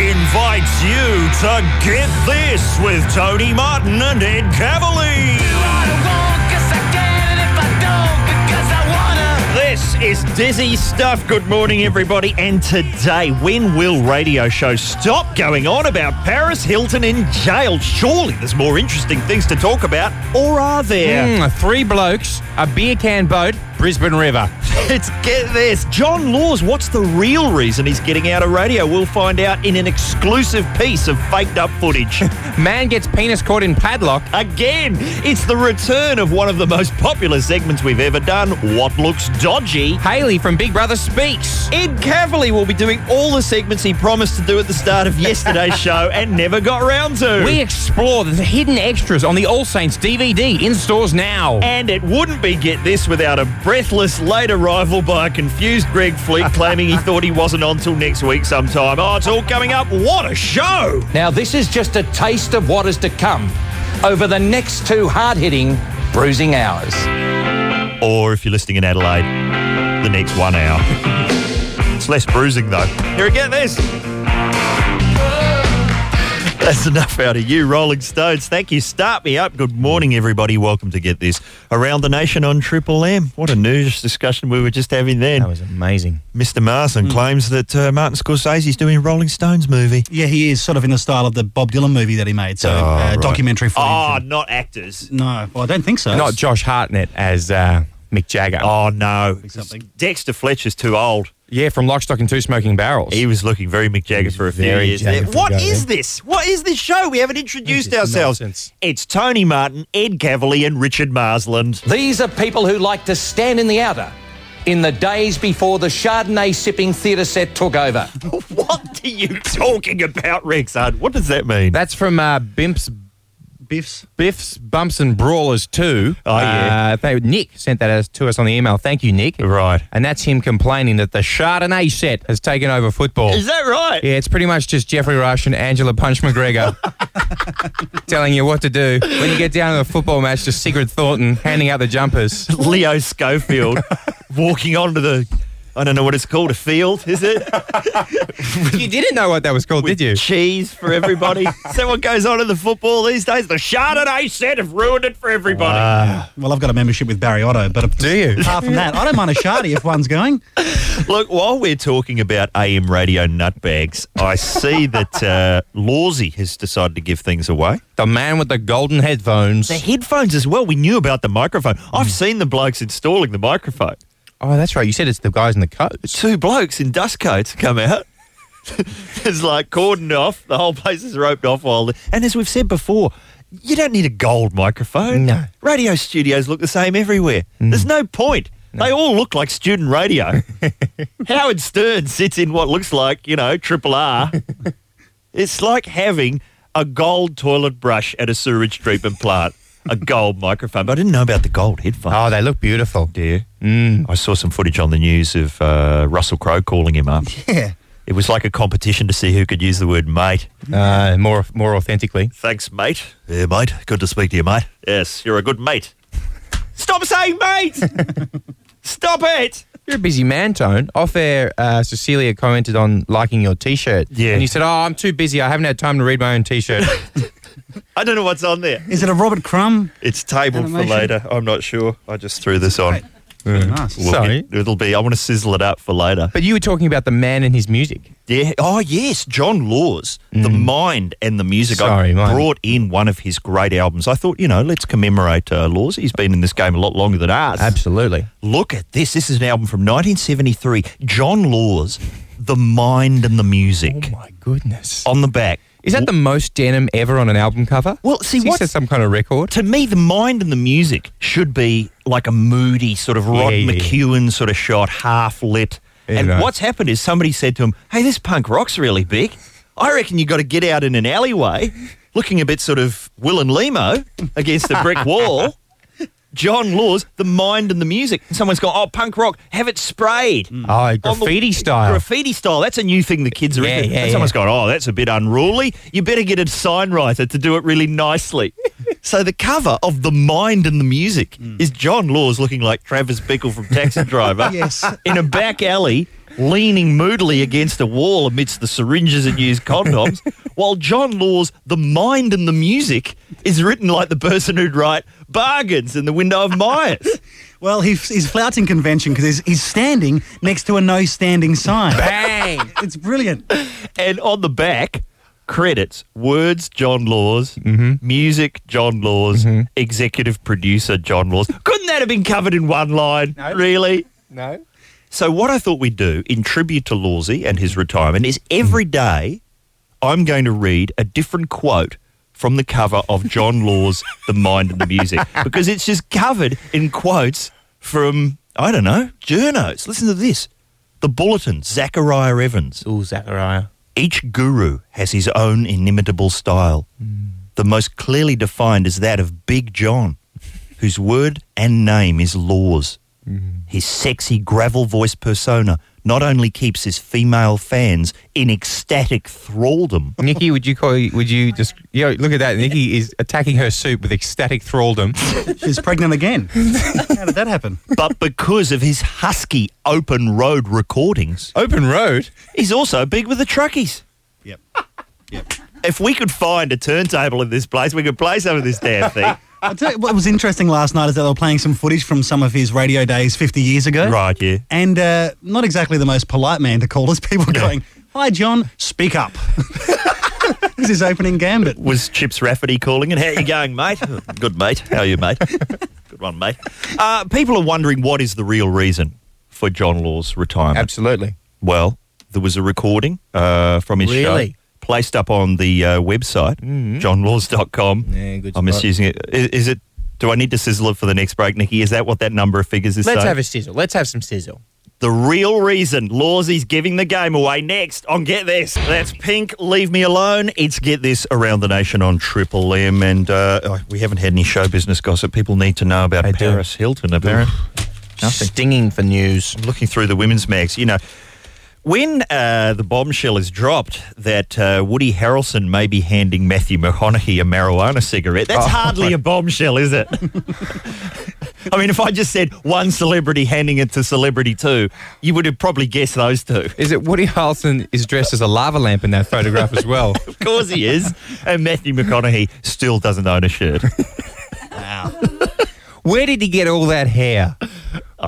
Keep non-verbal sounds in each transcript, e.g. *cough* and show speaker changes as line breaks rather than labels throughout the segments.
invites you to Get This with Tony Martin and Ed Cavalier. This is dizzy stuff. Good morning, everybody. And today, when will radio shows stop going on about Paris Hilton in jail? Surely there's more interesting things to talk about, or are there? *laughs*
Mm, three blokes, a beer can boat, Brisbane River.
It's get this. John Laws, what's the real reason he's getting out of radio? We'll find out in an exclusive piece of faked up footage.
Man gets penis caught in padlock.
Again, it's the return of one of the most popular segments we've ever done What Looks Dodgy.
Haley from Big Brother speaks.
Ed Cavalier will be doing all the segments he promised to do at the start of yesterday's show and never got round to.
We explore the hidden extras on the All Saints DVD in stores now.
and it wouldn't be Get This without a breathless late arrival by a confused Greg Fleet claiming he thought he wasn't on till next week sometime. Oh, it's all coming up. What a show!
Now, this is just a taste of what is to come over the next two hard hitting, bruising hours.
or if you're listening in Adelaide, the next one hour. it's less bruising though. Here again, this. That's enough out of you, Rolling Stones. Thank you. Start me up. Good morning, everybody. Welcome to Get This Around the Nation on Triple M. What a news discussion we were just having then.
was amazing.
Mr. Marsden claims that uh, Martin Scorsese's doing a Rolling Stones movie.
Yeah, he is sort of in the style of the Bob Dylan movie that he made.
Oh,
So, uh, documentary footage.
Oh,
and-
not actors.
no, well, I don't think so.
Not Josh Hartnett as uh, Mick Jagger.
Oh, no.
Something.
Dexter Fletcher's too old.
Yeah, from Lock, Stock and Two Smoking Barrels.
He was looking very Mick Jagger for a few
very
years.
Jagger
there.
for a
What
go
is this? What is this show? We haven't introduced
This is
ourselves.
nonsense.
It's Tony Martin, Ed Cavalier, and Richard Marsland. *laughs*
These are people who like to stand in the outer in the days before the Chardonnay sipping theatre set took over.
what are you talking about, Rexard? What does that mean?
That's from uh, Bimp's
Biff's.
Biff's Bumps and Brawlers 2.
Oh, yeah.
Uh, they- Nick sent that as, to us on the email. Thank you, Nick.
Right.
And that's him complaining that the Chardonnay set has taken over football.
is that right?
yeah, it's pretty much just Jeffrey Rush and Angela Punch McGregor telling you what to do. When you get down to a football match, just Sigrid Thornton handing out the jumpers.
*laughs* Leo Schofield
*laughs*
walking onto the. I don't know what it's called, a field, is it?
you didn't know what that was called, *laughs* did you?
Cheese for
*laughs*
everybody. is that what goes on in the football these days? The Chardonnay set have ruined it for everybody.
Ah.
Well, I've got a membership with Barry Otto, but
Do you?
apart from that, I don't mind a shardy if one's going.
Look, while we're talking about AM radio nutbags, I *laughs* see that uh, Lawsy has decided to give things away.
The man with the golden headphones.
The headphones as well. We knew about the microphone. I've seen the blokes installing the microphone.
Oh, that's right. You said it's the guys in the coats.
Two blokes in dust coats come out. *laughs* it's like cordoned off. The whole place is roped off. While the, and as we've said before, you don't need a gold microphone.
No.
radio studios look the same everywhere. There's no point. They all look like student radio. Howard Stern sits in what looks like, you know, triple R. it's like having a gold toilet brush at a sewage treatment plant, a gold microphone. But I didn't know about the gold headphones.
Oh, they look beautiful.
dear. I saw some footage on the news of uh, Russell Crowe calling him up.
*laughs* Yeah.
It was like a competition to see who could use the word mate.
Uh, more, more authentically.
Thanks, mate. Yeah, mate. Good to speak to you, mate. Yes, you're a good mate. *laughs* Stop saying mate! *laughs* Stop it!
You're a busy man, Tone. Off air, uh, Cecilia commented on liking your t shirt.
Yeah.
And you said, Oh, I'm too busy. I haven't had time to read my own t *laughs* shirt.
I don't know what's on there.
Is it a Robert Crumb?
It's tabled for
Animation.
later. I'm not sure. I just threw this on.
Nice.
Look,
Sorry.
It, it'll be. I want to sizzle it up for later.
but you were talking about the man and his music.
Yeah. Oh, yes. John Laws, The Mind and the Music.
Mm. Sorry,
I
mine.
brought in one of his great albums. I thought, you know, let's commemorate uh, Laws. He's been in this game a lot longer than us.
Absolutely.
Look at this. This is an album from 1973. John Laws, The Mind and the Music.
Oh, My goodness.
On the back.
Is that the most denim ever on an album cover?
Well, see,
Is this
what's-
some kind of record?
to me, the mind and the music should be like a moody sort of Rod
Yeah, yeah, yeah.
McEwen sort of shot, half lit.
Yeah,
and
right.
what's happened is somebody said to him, "Hey, this punk rock's really big. I reckon you got to get out in an alleyway, looking a bit sort of Will and Limo against a brick
*laughs*
wall." John Laws, the mind and the music. And someone's gone, "Oh, punk rock, have it sprayed."
Oh,
on the-
graffiti style.
Graffiti style. That's a new thing the kids are
Yeah,
into.
yeah,
And Someone's
yeah.
gone, oh, that's a bit unruly. You better get a signwriter to do it really
*laughs*
nicely. so the cover of The Mind and the
Hmm. *laughs*
Music is John Laws looking like Travis Bickle from Taxi Driver
Yes.
in a back alley leaning moodily against a wall amidst the syringes and used
*laughs*
condoms, while John Law's The Mind and the Music is written like the person who'd write Bargains in the Window of Myers.
Well, he's, he's flouting convention because he's, he's standing next to a no standing sign.
Bang!
It's brilliant.
and on the back, credits, words John Laws, music John Laws, executive producer John Laws. Couldn't that have been covered in one line? Really?
no.
So what I thought we'd do in tribute to Lawsey and his retirement is every day I'm going to read a different quote from the cover of John Law's The Mind and the Music because it's just covered in quotes from I don't know, journos. Listen to this. The Bulletin, Zachariah Evans.
Ooh, Zachariah.
Each guru has his own inimitable style. The most clearly defined is that of Big John, whose word and name is Laws. His sexy gravel voice persona not only keeps his female fans in ecstatic
*laughs*
thraldom,
Nikki, would you call? Would you just? Yeah, look at that. Nikki is attacking her soup with ecstatic thraldom.
She's pregnant again. How did that happen?
but because of his husky open road recordings,
Open road.
he's also big with the truckies.
Yep. Yep.
If we could find a turntable in this place, we could play some of this damn thing.
I tell you, what was interesting last night is that they were playing some footage from some of his radio days 50 years ago.
right, yeah.
And uh, not exactly the most polite man to call us. People going, Hi, John, speak up. *laughs* this is opening gambit.
was Chips Rafferty calling it. How you going, mate?
*laughs*
Good, mate. How are you, mate? Good one, mate. Uh, people are wondering what is the real reason for John Law's retirement.
Absolutely.
Well, there was a recording uh, from his show
Really? Mm-hmm.
placed up on the uh, website, johnlaws.com.
Yeah, good
I'm
spot.
misusing it. Is, is it? Do I need to sizzle it for the next break, Nikki? Is that what that number of figures is
Let's
saying?
have a sizzle. Let's have some sizzle.
the real reason Lawsy's giving the game away next on Get This. That's Pink, Leave Me Alone. It's Get This Around the Nation on Triple M. And uh, oh, we haven't had any show business gossip. People need to know about
They do.
Paris Hilton, apparently. Nothing.
Stinging for news.
I'm looking through the women's mags. You know, when uh, the bombshell is dropped that uh, Woody Harrelson may be handing Matthew McConaughey a marijuana cigarette, that's hardly a bombshell, is it? *laughs* I mean, if I just said one celebrity handing it to celebrity two, you would have probably guessed those two. *laughs*
Is it Woody Harrelson is dressed as a lava lamp in that photograph as *laughs* well?
Of course he is. And Matthew McConaughey still doesn't own a shirt.
Where did he get all that hair?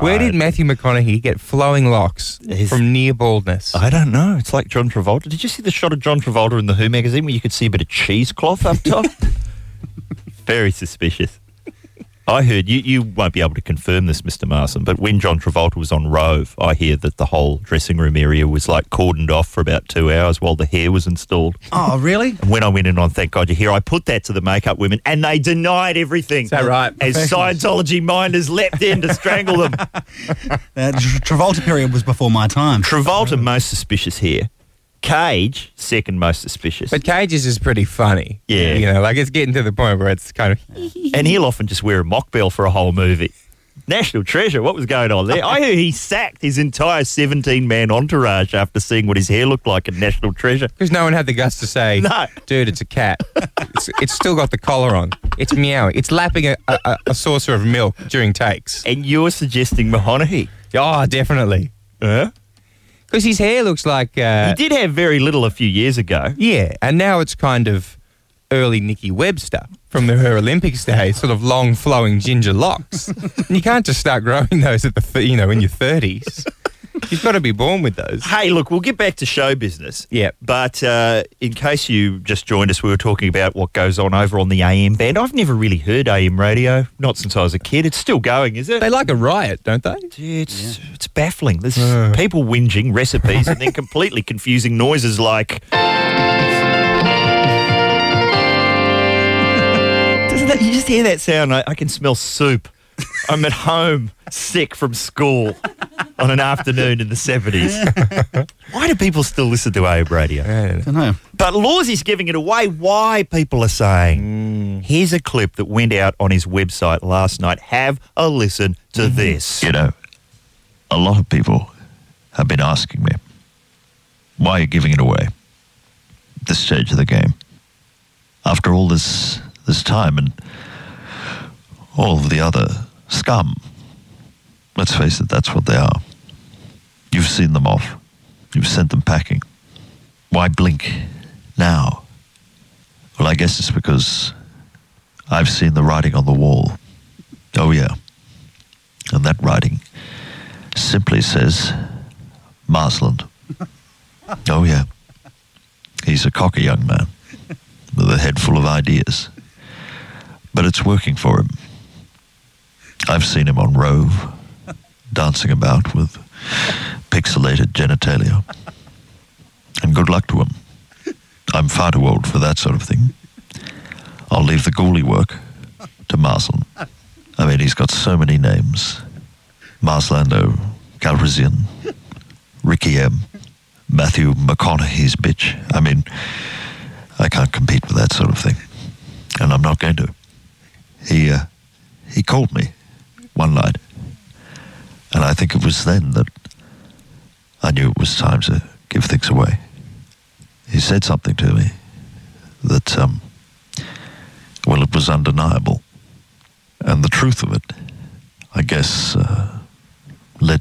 Where did Matthew McConaughey get flowing locks
His-
from near baldness?
I don't know. It's like John Travolta. Did you see the shot of John Travolta in the Who magazine where you could see a bit of cheesecloth up
*laughs*
top? Very suspicious. I heard you, you won't be able to confirm this, Mr. Marson, but when John Travolta was on Rove, I hear that the whole dressing room area was like cordoned off for about two hours while the hair was installed.
Oh, really?
And when I went in on Thank God You're Here, I put that to the makeup women and they denied everything. Is
that right?
As Scientology minders leapt in to strangle
*laughs*
them.
That Tra- Uh, Travolta period was before my time.
Travolta, most suspicious here. Cage, second most suspicious.
But Cages is pretty funny.
Yeah.
You know, like it's getting to the point where it's kind of. *laughs*
and he'll often just wear a mock bell for a whole movie. National treasure, what was going on there? I hear he sacked his entire 17 man entourage after seeing what his hair looked like in National Treasure.
Because no one had the guts to say,
No.
dude, it's a cat. it's, it's still got the collar on. It's meowing. It's lapping a, a, a- a saucer of milk during *laughs* takes.
And you're suggesting Mahoney.
Oh, definitely. Because his hair looks like.
He
Uh,
did have very little a few years ago.
yeah. And now it's kind of early Nikki Webster from the, her Olympics days, sort of long, flowing ginger locks. *laughs* and you can't just start growing those at the, th- you know, in your 30s. You've got to be born with those.
Hey, look, we'll get back to show business.
Yep.
But uh, in case you just joined us, we were talking about what goes on over on the AM band. I've never really heard AM radio, not since I was a kid. It's still going, is it?
They like a riot, don't they?
It's it's baffling. There's people whinging recipes and then completely confusing noises like. Doesn't that you just hear that sound? I, I can smell soup. I'm at home, sick from school, on an afternoon in the seventies. Why do people still listen to AM radio?
I don't know.
But Lawsy's giving it away. Why people are saying? Here's a clip that went out on his website last night. Have a listen to this.
you know, a lot of people have been asking me, why are you giving it away? at This stage of the game. After all this this time and all of the other scum. Let's face it, that's what they are. You've seen them off. You've sent them packing. Why blink now? Well, I guess it's because I've seen the writing on the wall. Oh, yeah. And that writing simply says Marsland. oh, yeah. He's a cocky young man with a head full of ideas. But it's working for him. I've seen him on Rove, dancing about with pixelated genitalia. And good luck to him. I'm far too old for that sort of thing. I'll leave the ghoulie work to Marsland. I mean, he's got so many names Marslando, Calrissian, Ricky M, Matthew McConaughey's bitch. I mean, I can't compete with that sort of thing. And I'm not going to. He, uh, he called me one night. And I think it was then that I knew it was time to give things away. He said something to me that, um, well, it was undeniable. And the truth of it, I guess, uh, led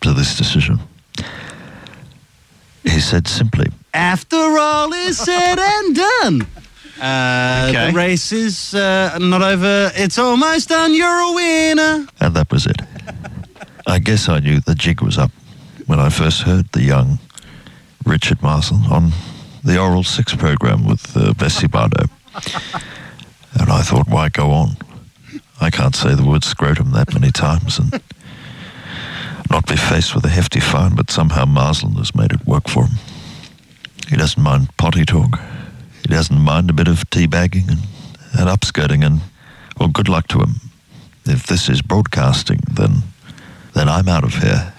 to this decision. He said simply,
After all is said and done. Uh,
Okay.
The race is uh, not over. It's almost done. You're a winner.
and that was it. I guess I knew the jig was up when I first heard the young Richard Marson on the Oral Six program with uh, Bessie Bardo. And I thought, why go on? I can't say the word scrotum that many times and not be faced with a hefty fine, but somehow Marsland has made it work for him. He doesn't mind potty talk. He doesn't mind a bit of teabagging and, and upskirting, and, well, good luck to him if this is broadcasting, then then I'm out of here,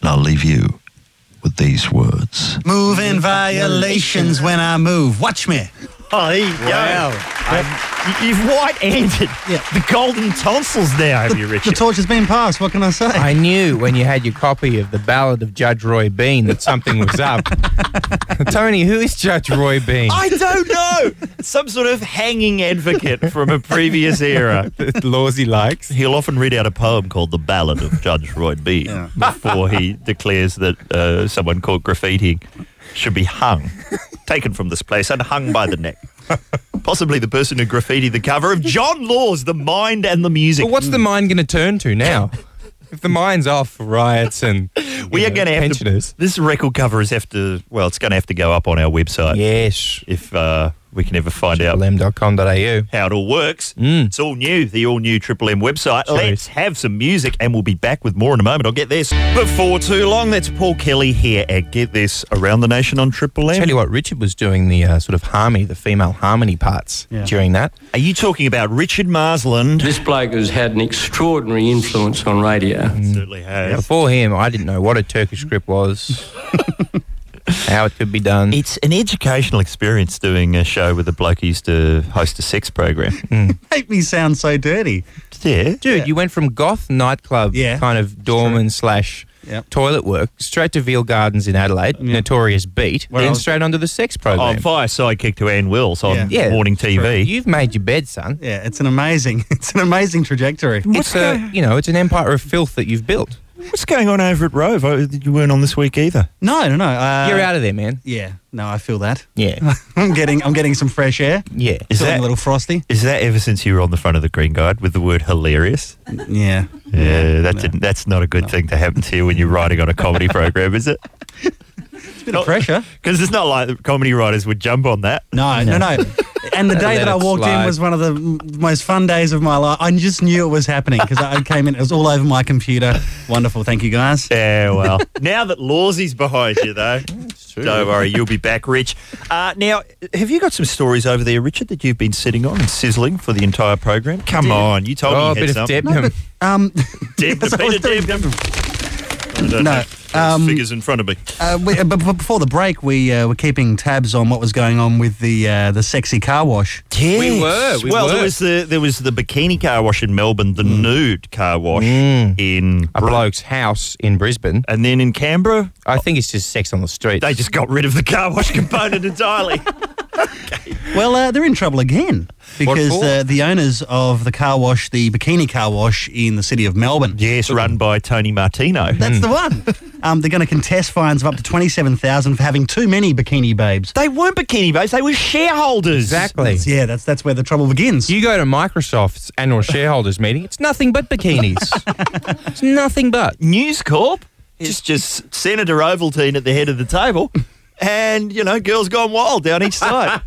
and I'll leave you with these words.
Move in violations when I move. Watch me.
Oh, there you go. Y- You've white-handed
Yeah.
the golden tonsils now, have you,
The
Richard?
torch has been passed. What can I say?
I knew when you had your copy of the Ballad of Judge Roy Bean that something was *laughs* up. Tony, who is Judge Roy Bean?
I don't know. *laughs* Some sort of hanging advocate from a previous era.
The laws he likes.
He'll often read out a poem called The Ballad of Judge Roy Bean
Yeah.
before he declares that uh, someone caught graffitiing should be hung, taken from this place and hung by the neck. Possibly the person who graffitied the cover of John Law's The Mind and the Music.
But what's the mind going to turn to now? If the mind's off for riots and you
we are
know,
going to have
pensioners.
to. This record cover is have to. Well, it's going to have to go up on our website
Yes.
if uh, we can ever find out
lm.com.au.
how it all works. It's all new, the all new Triple M website.
Mm. Sure
Let's
is.
have some music and we'll be back with more in a moment. I'll get this before too long. That's Paul Kelly here at Get This Around the Nation on Triple M.
Tell you what, Richard was doing the uh, sort of harmony, the female harmony parts
Yeah.
during that.
Are you talking about Richard
Mm.
Marsland?
This bloke has had an extraordinary influence on radio.
Certainly has.
Before him, I didn't know what a Turkish
Mm-hmm.
grip
*laughs*
was, how it could be done.
It's an educational experience doing a show with a bloke who used to host a sex program.
Mm.
Make me sound so dirty.
Yeah.
Dude, you went from goth nightclub
Yeah.
kind of doorman slash
Yep.
toilet work straight to Veal Gardens in Adelaide, notorious beat,
Where I
then
was-
straight onto the sex program.
Oh, via sidekick to Ann Wills on
Yeah.
morning TV.
You've made your bed, son.
Yeah, it's an amazing, *laughs* it's an amazing trajectory.
It's a, you know, it's an empire of filth that you've built.
What's going on over at Rove? Oh, You weren't on this week either.
No, no, no. Uh,
You're out of there, man.
Yeah, no, I feel that.
Yeah,
*laughs* I'm getting, I'm getting some fresh air.
yeah.
Is
feeling
that-
a little frosty?
Is that ever since you were on the front of the Green Guide with the word hilarious?
*laughs* Yeah.
Yeah, that didn't, that's not a good thing to happen to you when you're writing on a
*laughs*
comedy program, is it?
Bit
Oh.
of pressure.
Because it's not like comedy writers would jump on that.
*laughs*
No, no, no. And the day
Let
that I
it
walked in
slide.
was one of the m- most fun days of my life. I just knew it was happening because I came in. It was all over my computer. Wonderful. Thank you, guys.
Yeah,
*laughs*
well, now that Lawsy's behind you, though, don't worry, you'll be back, Rich. Uh, now, have you got some stories over there, Richard, that you've been sitting on and sizzling for the entire program? Come on, you told
Oh, a
me you
bit
had
of
something.
Debenham.
Um, *laughs*
Deb,
Yes, I was
Peter
doing
Deb. I don't
No,
know. There's
um,
figures in front of me.
uh, we, uh, but but before the break, we uh, were keeping tabs on what was going on with the uh, the sexy car wash.
Yes.
We were, we
well, there
were. Hmm.
was the there was the bikini car wash in Melbourne, the nude car wash in
*laughs* a bloke's house in Brisbane.
and then in Canberra
I think it's just sex on the street.
*laughs* they just got rid of the car wash component entirely.
Well, uh, they're in trouble again because
for?
uh, the owners of the car wash, the bikini car wash in the city of Melbourne.
Yes, run by Tony Martino.
Hmm.
That's
*laughs*
the one. Um, they're going to contest fines of up to 27000 for having too many bikini babes.
They weren't bikini babes, they were shareholders.
Exactly.
Yeah, that's that's where the trouble begins.
You go to Microsoft's annual shareholders meeting, it's nothing but *laughs* bikinis. it's nothing but.
News Corp, just, just Senator Ovaltine at the head of the table, and, you know, girls gone wild down each
*laughs*
side.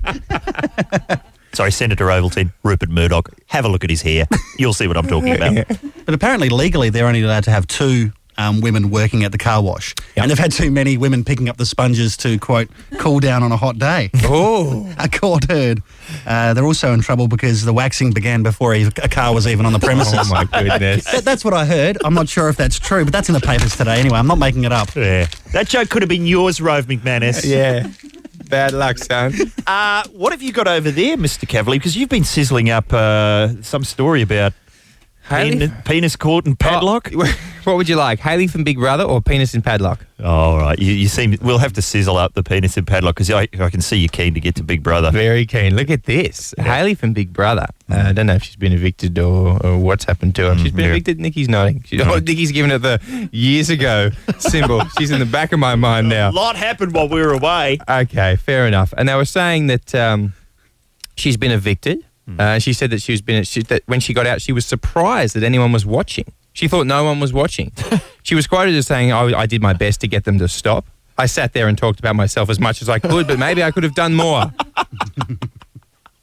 Sorry, Senator Ovaltine, Rupert Murdoch. Have a look at his hair. You'll see what I'm talking about.
But apparently, legally, they're only allowed to have two um, women working at the car wash. And they've had too many women picking up the sponges to, quote, cool down on a
*laughs*
hot day.
Oh.
A court heard. Uh, they're also in trouble because the waxing began before a a car was even on the
Oh
premises.
*laughs*
*laughs*
my goodness.
That- that's what I heard. I'm not sure if that's true, but that's in the papers today anyway. I'm not making it up.
Yeah. That joke could have been yours, Rove McManus.
yeah. Bad luck, son.
Uh, what have you got over there, Mr. Cavalier? Because you've been sizzling up uh, some story about
Haley?
pen- penis court and padlock.
Oh, *laughs* what would you like, Haley from Big Brother or penis in padlock?
Oh, All right, you, you seem we'll have to sizzle up the penis in padlock because I, I can see you're keen to get to Big Brother.
Very keen. Look at this. Haley from Big Brother. Uh, I don't know if she's been evicted or, or what's happened to her. If She's been
yeah.
evicted. Nikki's nodding. She, *laughs* oh, Nikki's giving it the years ago symbol. she's in the back of my mind now.
A lot happened while we were away.
Okay, fair enough. And they were saying that um, she's been evicted. Uh, she said that she was been she, that when she got out, she was surprised that anyone was watching. She thought no one was watching. she was quoted as saying, I, "I did my best to get them to stop. I sat there and talked about myself as much as I could, but maybe I could have done more."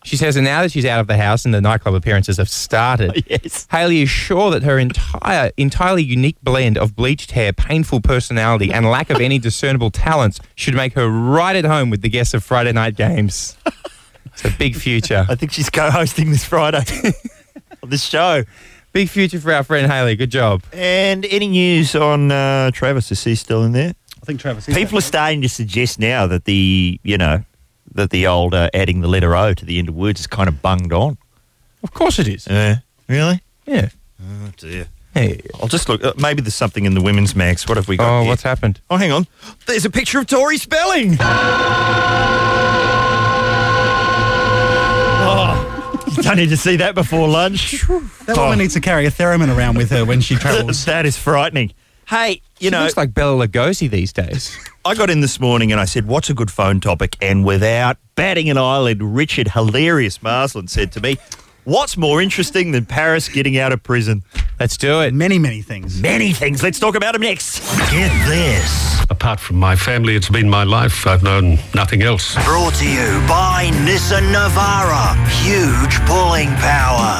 She says, and now that she's out of the house and the nightclub appearances have started,
Yes.
Haley is sure that her entire, entirely unique blend of bleached hair, painful personality, and lack of any discernible talents should make her right at home with the guests of Friday night games. It's a big future.
I think she's co-hosting this Friday *laughs* of this show.
Big future for our friend Haley. Good job.
And any news on uh, Travis? Is he still in there?
I think Travis is
People are starting to suggest now that the you know that the old uh, adding the letter O to the end of words is kind of bunged on.
Of course it is.
Yeah. Really?
Yeah.
Oh dear.
Hey.
I'll just look. Uh, maybe there's something in the women's mags. What have we got?
Oh,
here?
what's happened?
Oh, hang on. There's a picture of Tori Spelling. oh, you don't need to see that before lunch.
That
Oh.
woman needs to carry a theremin around with her when
*laughs*
she travels.
that is frightening. Hey, you
she
know,
looks like Bella Lugosi
*laughs*
these days.
I got in this morning and I said, What's a good phone topic? And without batting an eyelid, Richard Hilarious Marsland said to me, What's more interesting than Paris getting out of prison?
Let's do it.
Many, many things.
Many things. Let's talk about them next.
Get this.
Apart from my family, it's been my life. I've known nothing else.
Brought to you by Nissan Navara. Huge pulling power.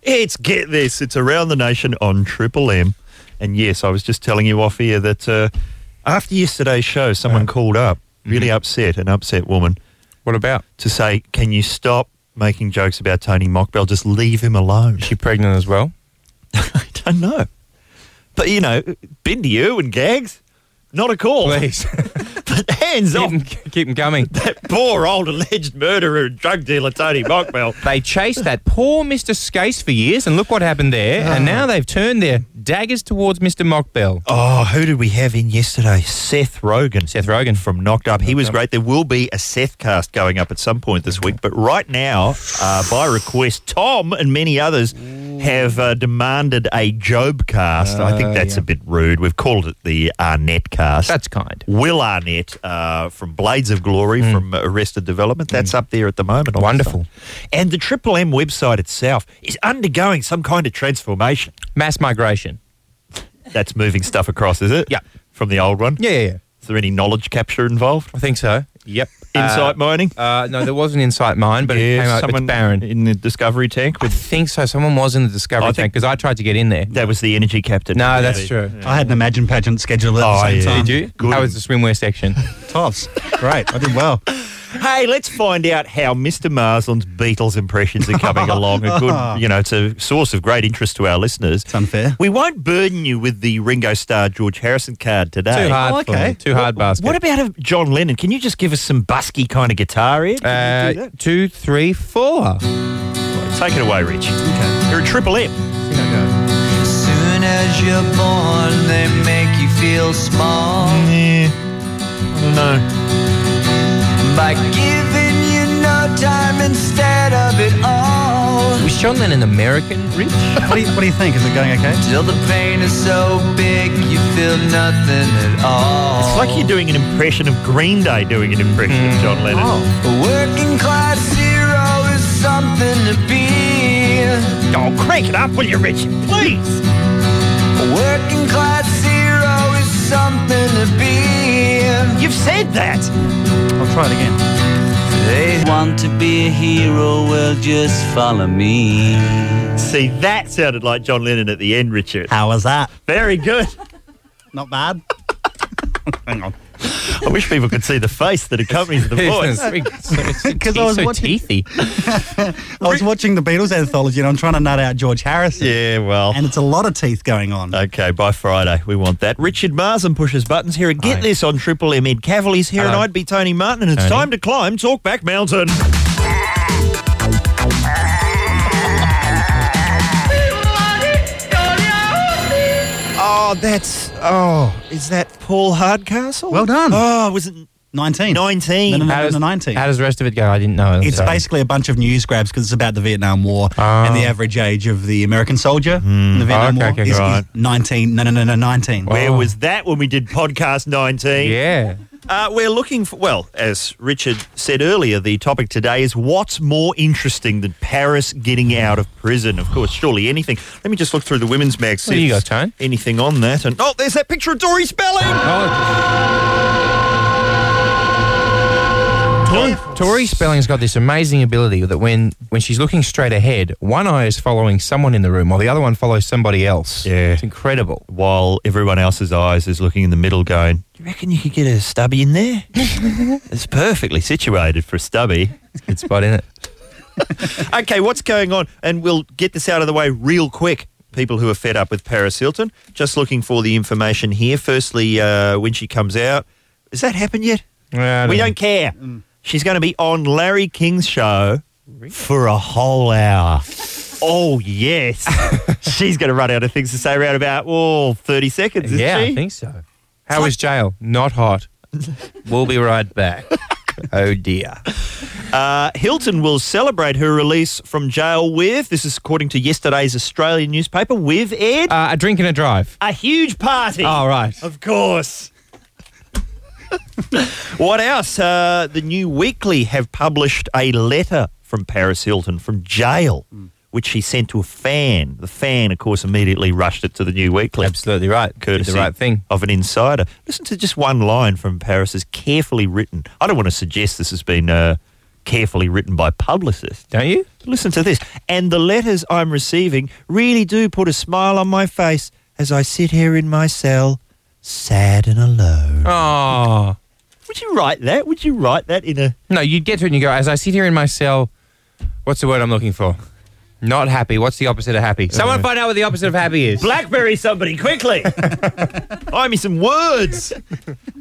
It's get this. It's around the nation on Triple M, and yes, I was just telling you off here that uh, after yesterday's show, someone called up,
Mm-hmm.
really upset, an upset woman,
What about?
to say, "Can you stop making jokes about Tony Mockbell? Just leave him alone."
She pregnant as well?
I *laughs* don't know, but you know, been to you and gags, not a call.
*laughs* Please.
*laughs* But hands
keep,
off
them, keep them *laughs* coming.
that poor old alleged murderer and drug dealer Tony Mockbell.
They chased that poor Mr. Skase for years, and look what happened there. And
Ah.
now they've turned their daggers towards Mr. Mockbell.
*laughs* Oh, who did we have in yesterday? Seth Rogen. Seth Rogen from Knocked Up. He was great. There will be a Seth cast going up at some point this week, but right now, uh, by request, Tom and many others have uh, demanded a Job cast. I think that's a bit rude. We've called it the Arnett cast.
That's kind.
Will Arnett uh, from Blades of Glory from uh, Arrested Development. That's up there at the moment. obviously.
Mm. Wonderful.
And the Triple M website itself is undergoing some kind of transformation.
Mass migration.
That's moving stuff across, is it?
Yeah.
From the old one?
Yeah, yeah, yeah.
Is there any knowledge capture involved?
I think so. Yep.
Insight mining?
Uh, uh, no, there was an insight mine, but it
Yeah,
came out it's
someone
barren.
in the discovery tank.
I
With,
think so. Someone was in the Discovery
I
Tank
think-
because I tried to get in there.
that was the energy captain.
Ah. No, that's true.
I had an Imagine pageant scheduled at the
Oh,
same
yeah.
time.
Did you?
Good.
How was the swimwear section?
Tops. *laughs* Great. I did well.
Hey, let's find out how Mr. Marsland's Beatles impressions are
*laughs*
coming along. A good, you know, it's a source of great interest to our listeners.
It's unfair.
We won't burden you with the Ringo Starr George Harrison card today.
Too hard. for
okay.
me. Too hard basket.
What about a John Lennon? Can you just give us some busky kind of guitar here? Can you do
uh, two, three, four. *laughs*
that? Take it away, Rich. Okay. You're a triple M.
Soon as you're born, they make you feel small
Yeah. I don't know.
by giving you time instead of it all.
Was Sean Lennon American, Rich?
What do you, what do you think? Is it going okay?
Till the pain is so big you feel nothing at all.
It's like you're doing an impression of Green Day doing an impression of
Mm.
John Lennon.
Oh.
A working class hero is something to be.
Oh, crank it up, will you, Richard? Please.
A working class hero is something to be.
You've said that.
I'll try it again.
They
Want to be a hero? Well, just follow me.
See, that sounded like John Lennon at the end, Richard.
How was that?
Very good.
Not bad. Hang on.
I wish people could see the face that accompanies the voice.
*laughs*
Because
I was
so
watching-
teethy.
I was watching the Beatles anthology and I'm trying to nut out George Harrison.
Yeah, Uh, well.
And it's a lot of teeth going on.
Okay, by Friday, we want that. Richard Marsden pushes buttons here and get
Aye.
this on Triple M. Ed Cavalier's here, and
Hello.
I'd be Tony Martin, and it's
Tony.
time to climb Talkback Mountain. Oh, that's. Oh, is that Paul Hardcastle?
Well done.
Oh, was it
19.
19?
No, no, no.
How does,
the 19.
how does the rest of it go? I didn't know. I'm
It's
sorry.
basically a bunch of news grabs because it's about the Vietnam War and the average age of the American soldier in the Vietnam
Ah. Hmm. okay, okay, Oh.
War is, is
right.
19. No, no, no, no, 19.
Where
Wow.
was that when we did podcast 19?
Yeah.
Uh, we're looking for, well, as Richard said earlier, the topic today is what's more interesting than Paris getting out of prison? Of course, surely anything. Let me just look through the women's mag. see
What do you
if
got, Tone?
Anything on that? And oh, there's that picture of Dory Spelling.
Oh, Tori Spelling's got this amazing ability that when, when she's looking straight ahead, one eye is following someone in the room while the other one follows somebody else.
Yeah.
It's incredible.
While everyone else's eyes is looking in the middle, going, "Do you reckon you could get a stubby in there?
*laughs*
it's perfectly situated for a stubby."
Good spot, isn't it?
okay, what's going on? And we'll get this out of the way real quick. People who are fed up with Paris Hilton, just looking for the information here. Firstly, uh, when she comes out, has that happened yet?
Yeah, I
we
don't-
don't care. She's going to be on Larry King's show for a whole hour. oh
*laughs*
yes, she's going to run out of things to say around about oh 30 seconds. Isn't
Yeah,
she?
I think so. How is jail? Not hot. *laughs* we'll be right back. oh dear.
Uh, Hilton will celebrate her release from jail with this is according to yesterday's Australian newspaper with Ed.
Uh, Oh, a drink and a drive.
a huge party.
All right.
Of course. what else? Uh, the New Weekly have published a letter from Paris Hilton from jail,
Hmm.
which she sent to a fan. The fan, of course, immediately rushed it to the New Weekly.
Absolutely right. Did
Courtesy
the right thing.
of an insider. Listen to just one line from Paris's carefully written. I don't want to suggest this has been uh, carefully written by publicists.
Don't you?
Listen to this. And the letters I'm receiving really do put a smile on my face as I sit here in my cell, sad and alone.
Oh.
Would you write that? Would you write that in a.
No, you'd get to it and you go, as I sit here in my cell, what's the word I'm looking for? Not happy. What's the opposite of happy? Someone find out what the opposite of happy is.
Blackberry somebody *laughs* quickly! Buy me some words!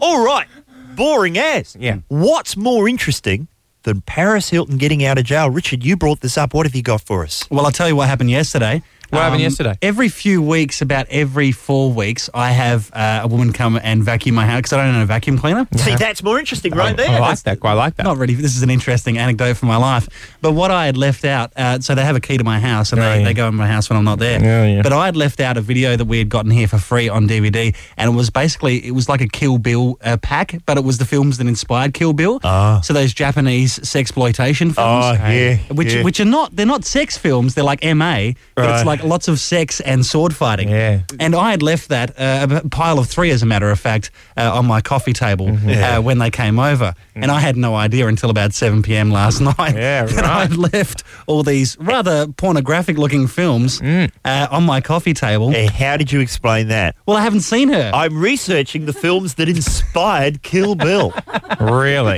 All right. Boring as.
Yeah.
What's more interesting than Paris Hilton getting out of jail? Richard, you brought this up. What have you got for us?
Well, I'll tell you what happened yesterday. Um,
What happened yesterday?
Every few weeks, about every four weeks, I have uh, a woman come and vacuum my house because I don't own a vacuum
*laughs*
cleaner.
See, that's more interesting Oh, right there.
I like that. Quite like that.
Not really. This is an interesting anecdote from my life. But what I had left out, uh, so they have a key to my house and
Oh,
they,
yeah.
they go in my house when I'm not there.
Yeah, yeah.
But I had left out a video that we had gotten here for free on DVD. And it was basically, it was like a Kill Bill uh, pack, but it was the films that inspired Kill Bill.
Ah.
So those Japanese sexploitation films.
Ah, yeah,
Which,
yeah.
which are not, they're not sex films. They're like MA, but
Right.
it's like lots of sex and sword fighting.
Yeah.
And I had left that uh, a pile of three, as a matter of fact, uh, on my coffee table
Mm-hmm.
uh, when they came over. And I had no idea until about 7 p.m. last *laughs* night
Mm. Yeah,
that
right.
I'd left all these rather pornographic looking films
Mm.
uh, on my coffee table.
Eh, How did you explain that?
Well, I haven't seen her.
I'm researching the films that inspired Kill Bill.
*laughs* Really?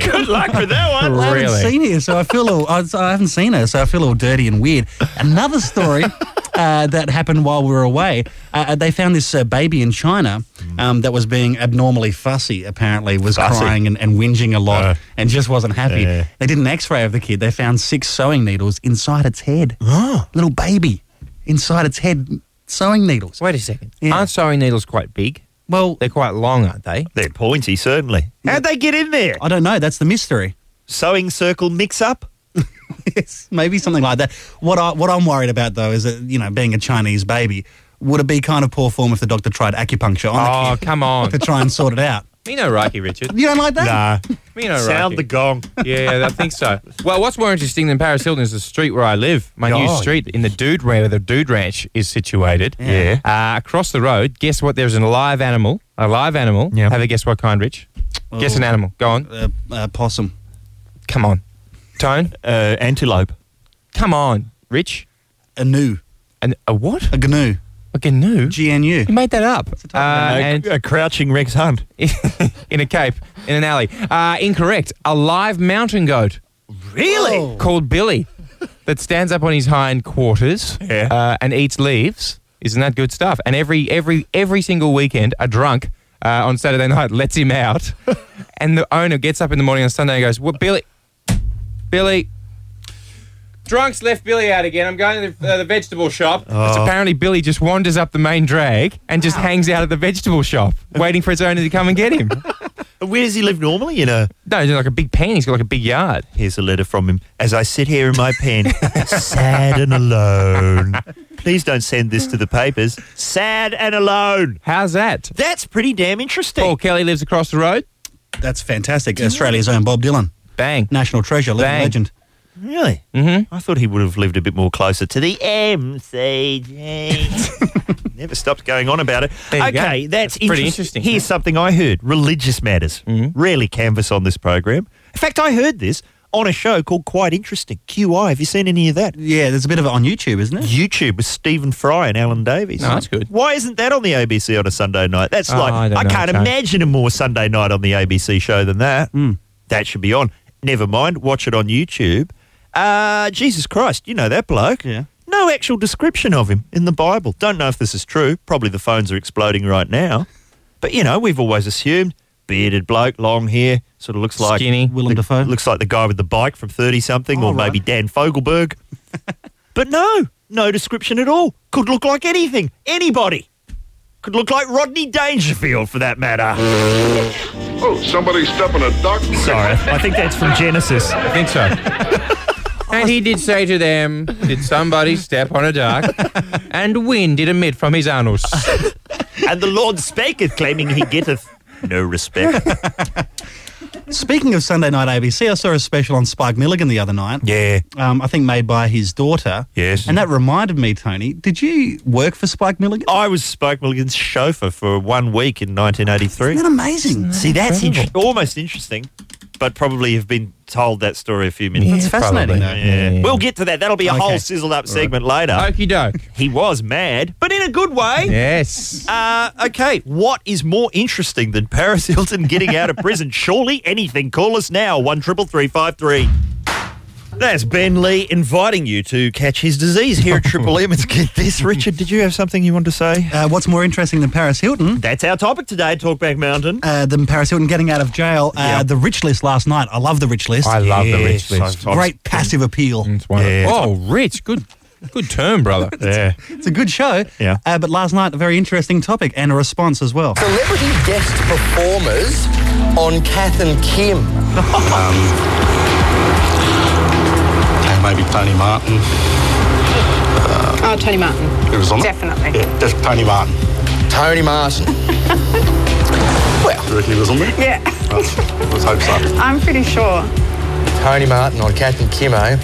*laughs* Good luck with that one.
I haven't
really?
seen her, so I feel a little, I, I haven't seen her, so I feel all dirty and weird.
*laughs*
Another story uh, that happened while we were away. Uh, uh, they found this uh, baby in China um, that was being abnormally fussy. Apparently, was
Mm. Fussy.
crying and, and whinging a lot,
Uh.
and just wasn't happy.
Yeah.
They did an X-ray of the kid. They found six sewing needles inside its
*gasps*
head. Little baby inside its head, sewing needles.
Wait a second.
Yeah.
Aren't sewing needles quite big?
Well,
They're quite long, aren't they?
They're pointy, certainly. How'd they get in there?
I don't know. That's the mystery.
Sewing circle mix up?
yes, maybe something like that. What I what I'm worried about though is that you know, being a Chinese baby, would it be kind of poor form if the doctor tried acupuncture on
Oh,
the kid
come on. *laughs*
to try and sort it out?
Me no Reiki, Richard.
You don't like that?
Nah.
Me no
Sound
Reiki.
the gong.
Yeah, yeah, I think so. Well, what's more interesting than Paris Hilton is the street where I live, my new
Oh.
street in the Dude Ranch, where the Dude Ranch is situated.
Yeah.
Uh, across the road, guess what? There's an alive animal. A live animal.
Yeah.
Have a guess what kind, Rich? Guess an animal. Go on.
Uh, uh, possum.
Come on. Tone.
Uh, antelope.
Come on, Rich.
A gnu.
And a what?
A gnu.
A canoe. You
GNU.
made that up. Uh,
a,
and
a crouching Rex Hunt.
*laughs* in a cape, in an alley. Uh, incorrect. A live mountain goat.
Really?
called Billy that stands up on his hind quarters
Yeah.
uh, and eats leaves. Isn't that good stuff? And every every every single weekend, a drunk uh, on Saturday night lets him
*laughs*
out, and the owner gets up in the morning on Sunday and goes, "What, Billy? Billy." Drunk's left Billy out again. I'm going to the, uh, the vegetable shop. It's
Oh.
apparently Billy just wanders up the main drag and just hangs out at the vegetable shop, waiting for his owner to come and get
*laughs*
him.
Where does he live normally? In a
no, he's like a big pen. He's got like a big yard.
Here's a letter from him. As I sit here in my pen, sad and alone. Please don't send this to the papers. Sad and alone.
How's that?
That's pretty damn interesting.
Paul Kelly lives across the road.
That's fantastic. Australia's own Bob Dylan.
Bang.
National treasure, living
Bang.
legend.
Really? Mm-hmm. I thought he would have lived a bit more closer to the MCG. Never stopped going on about it.
There you go.
okay, that's,
That's pretty
interest-
interesting.
Here's something I heard: religious matters. Rarely canvass on this program. In fact, I heard this on a show called Quite Interesting QI. Have you seen any of that?
Yeah, there's a bit of it on YouTube, isn't it?
YouTube with Stephen Fry and Alan Davies.
No, that's good.
Why isn't that on the ABC on a Sunday night? That's
Oh,
like
I
I,
don't know,
can't
Jane.
imagine a more Sunday night on the ABC show than that.
Hmm.
That should be on. Never mind, watch it on YouTube. Uh, Jesus Christ, you know that bloke.
Yeah.
No actual description of him in the Bible. Don't know if this is true. Probably the phones are exploding right now. But you know, we've always assumed bearded bloke, long hair, sort of looks like
Skinny.
Willem Dafoe.
Looks like the guy with the bike from 30 something,
Oh,
or
right.
maybe Dan
*laughs*
Fogelberg. but no, no description at all. Could look like anything, anybody. Could look like Rodney Dangerfield for that matter.
Oh, somebody's stepping a duck.
Sorry, I think that's from Genesis.
I think so. *laughs* and he did say to them, Did somebody step on a duck? *laughs* And wind did emit from his anus.
And the Lord spaketh, claiming he getteth no respect.
Speaking of Sunday night ABC, I saw a special on Spike Milligan the other night.
yeah.
Um, I think made by his daughter.
Yes.
And that reminded me, Tony, did you work for Spike Milligan?
Oh.
I was Spike Milligan's chauffeur for one week in 1983.
Isn't that amazing?
See, that's inter- almost interesting, but probably have been told that story a few minutes.
That's fascinating,
probably.
though.
Yeah. We'll get to that. That'll be a
Okay.
whole sizzled up segment later.
*laughs* Okie doke.
He was mad, but in a good way.
Yes.
Uh, okay, what is more interesting than Paris Hilton getting out of *laughs* prison? Surely anything. Call us now, one triple three five three. That's Ben Lee inviting you to catch his disease here at Triple M. It's get this, Richard. Did you have something you want to say?
Uh, what's more interesting than Paris Hilton?
That's our topic today, Talkback Mountain.
Uh, than Paris Hilton getting out of jail. Uh,
Yeah.
The Rich List last night. I love The Rich List.
I love the
Yes,
rich list.
I've- I've-
Great passive appeal.
It's wonderful.
Yeah.
Oh, rich. Good good term, *laughs* brother.
Yeah.
It's a good show.
Yeah.
Uh, but last night, a very interesting topic and a response as well.
Celebrity guest performers on Kath and Kim.
Maybe Tony Martin.
Oh, Tony Martin.
It was on.
Definitely.
Yeah, just Tony Martin.
Tony Martin.
You reckon he was on there?
Yeah,
Oh, let's hope so.
I'm pretty sure.
Tony Martin on Kath and Kim, eh?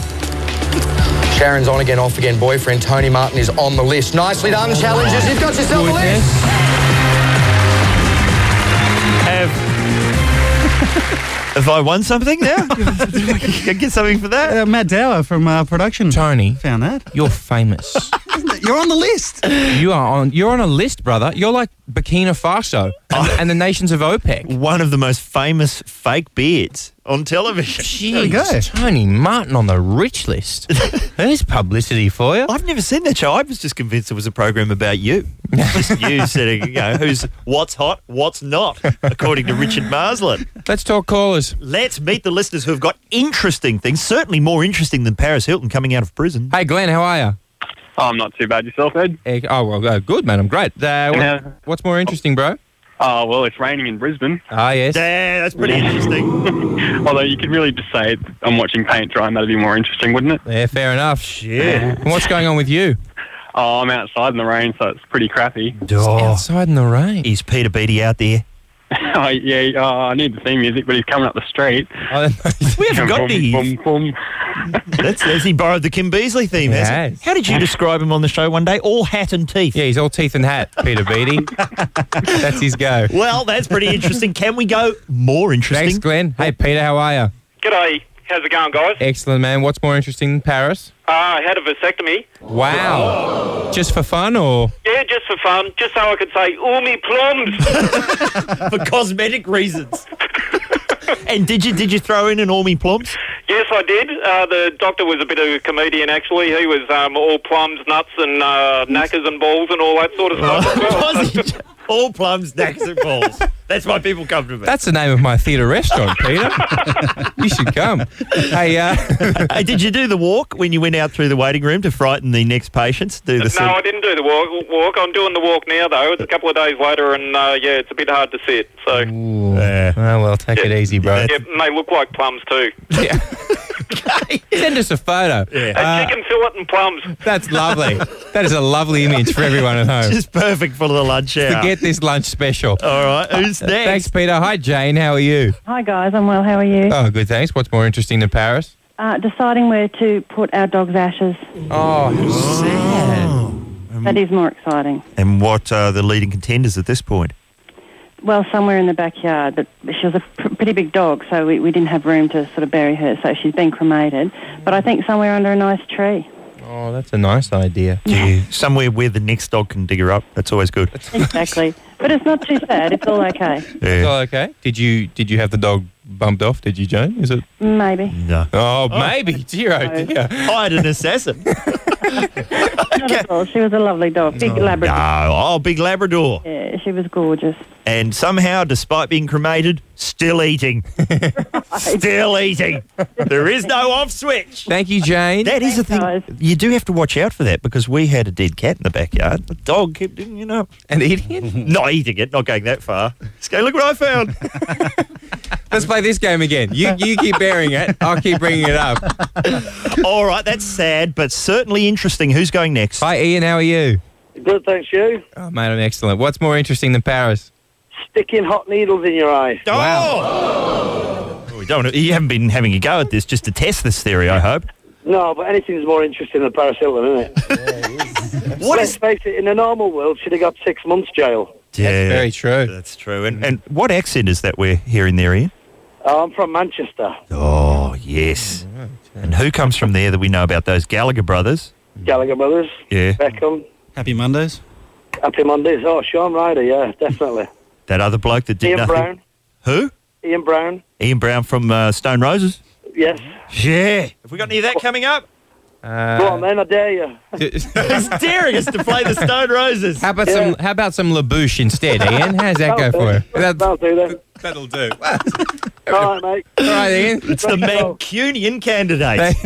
Sharon's on again, off again boyfriend. Tony Martin is on the list. Nicely done, challengers. You've got yourself a list.
Have, *laughs* have I won something now? Can I get something for that?
Uh, Matt Dower from uh, production
Tony,
found that.
you're *laughs* famous.
You're on the list.
you are on you're on a list, brother. You're like Burkina Faso and, and the nations of OPEC.
One of the most famous fake beards on television.
Jeez,
we go.
Tony Martin on the rich list. There's publicity for you.
I've never seen that show. I was just convinced it was a program about you. just you sitting, you know, who's what's hot, what's not, according to Richard Marsland.
Let's talk callers.
Let's meet the listeners who've got interesting things, certainly more interesting than Paris Hilton coming out of prison.
Hey, Glenn, how are you?
I'm not too bad yourself, Ed.
Eh, Oh well, uh, good man. I'm great. Uh, what-
Yeah.
What's more interesting, bro?
Oh, well, it's raining in Brisbane.
Ah, yes.
Yeah, that's pretty
interesting. Although you could really just say I'm watching paint dry and that'd be more interesting, wouldn't it?
Yeah, fair enough. Shit. And what's going on with you?
Oh, I'm outside in the rain, so it's pretty crappy. *laughs*
Outside in the
*laughs*
rain.
Is Peter Beattie out there?
oh, yeah, oh, I need the theme music, but he's coming up the street.
Oh,
we haven't got any.
Boom, boom.
That's, that's he borrowed the Kim Beasley theme,
He
has he?
has.
How did you describe him on the show one day? All hat and teeth.
*laughs* Yeah, he's all teeth and hat, Peter Beattie. That's his go.
Well, that's pretty interesting. Can we go more interesting?
Thanks, Glenn. Hey, Peter, how are you?
G'day. How's it going, guys?
Excellent, man. What's more interesting than Paris?
Uh, I had a vasectomy.
Wow. Just for fun or?
Yeah, just for fun, just so I could say, "Oh, me plums." *laughs*
for cosmetic reasons. and did you did you throw in an Ormy *laughs* Plumps?
yes, I did. Uh, the doctor was a bit of a comedian, actually. He was um, all plums, nuts, and uh, knackers and balls and all that sort of stuff.
*laughs* Was it All plums, knacks, and balls. That's why people come to me.
That's the name of my theatre *laughs* restaurant, Peter. you should come. Hey, uh,
hey, did you do the walk when you went out through the waiting room to frighten the next patients? Do the
No, I didn't do the walk. Walk. I'm doing the walk now, though. It's a couple of days later, and uh, yeah, it's a bit hard to sit. So
Ooh. Oh, well, take it easy, bro.
yeah, and they look like plums too.
*laughs* Send us a photo. Uh,
Uh,
A chicken fillet and plums.
That's lovely. that is a lovely image for everyone at
*laughs*
home.
Just perfect for the lunch hour.
Forget this lunch special.
All right, who's
Uh,
next?
Thanks, Peter. Hi, Jane. How are you?
Hi guys, I'm well. How are you?
Oh, good. Thanks. What's more interesting than Paris?
Uh, deciding where to put our dog's ashes.
Oh,
Um,
That is more exciting.
And what are the leading contenders at this point?
Well, somewhere in the backyard, but she was a pr- pretty big dog, so we, we didn't have room to sort of bury her, so she's been cremated. But I think somewhere under a nice
*laughs*
tree.
oh, that's a nice idea.
Somewhere where the next dog can dig her up. That's always good.
Exactly. but it's not too sad. It's all okay.
It's all okay. Did you did you have the dog bumped off? Did you, Jane? Is it?
Maybe.
No.
Oh, maybe. Dear, oh dear.
Hired an
*laughs*
assassin.
Not at all. She was a lovely dog. Big Labrador.
No. Oh, big Labrador.
Yeah, she was gorgeous.
And somehow, despite being cremated, still
*laughs*
eating. still eating. There is no off switch.
Thank you, Jane.
That is a thing. You do have to watch out for that because we had a dead cat in the backyard. The dog kept, you know,
and eating it. *laughs*
Not eating it. Not going that far. Just go. Look what I found.
Let's play this game again. You you keep bearing it. I'll keep bringing it *laughs* up.
All right, that's sad, but certainly interesting. Who's going next?
Hi, Ian. How are you?
Good, thanks, you.
Oh, mate, I'm excellent. What's more interesting than Paris?
Sticking hot needles in your eye.
Oh, we don't. You haven't been having a go at this just to test this theory, I hope.
No, but anything's more interesting than Paris Hilton, isn't it?
What
Let's face it, in a normal world, she'd have got six months jail.
Yeah, that's
very true.
That's true. And and what accent is that we're hearing there, Ian?
Oh, I'm from Manchester.
Oh yes. And who comes from there that we know about? Those Gallagher brothers.
Gallagher Brothers,
Yeah.
Beckham,
Happy Mondays.
Happy Mondays. Oh, Sean Ryder, yeah,
*laughs*
definitely.
That other bloke that did
Ian
nothing.
Brown.
Who?
Ian Brown,
Ian Brown from uh, Stone Roses.
yes.
Yeah. Have we got any of that coming
*laughs*
up?
Go
Uh,
on, then, I dare you.
He's daring us to play the Stone Roses.
how about some How about some Labouche instead, Ian? How's that go for you? That,
I'll do that.
that'll do.
All right, mate.
All right, Ian.
It's the Mancunian
*laughs*
candidate.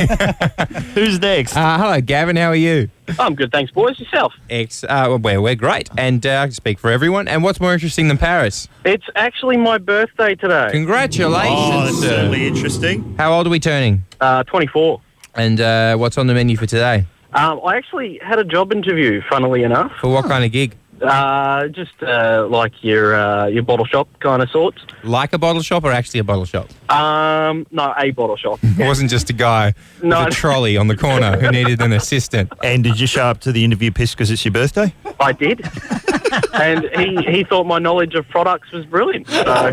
Who's next?
Uh, hello, Gavin. How are you?
I'm good, thanks, boys. Yourself?
Ex, uh, we're, we're great, and uh, I can speak for everyone. And what's more interesting than Paris?
It's actually my birthday today.
Congratulations!
Oh, that's
sir.
certainly interesting.
How old are we turning?
Uh, 24.
And uh, what's on the menu for today?
Um, I actually had a job interview, funnily enough.
For what kind of gig?
Uh, just uh, like your uh, your bottle shop kind of sorts.
Like a bottle shop or actually a bottle shop?
Um, no, a bottle shop.
*laughs* It wasn't just a guy
No.
with a trolley on the corner who needed an assistant.
And did you show up to the interview pissed because it's your birthday?
I did. and he, he thought my knowledge of products was brilliant.
*laughs*
So,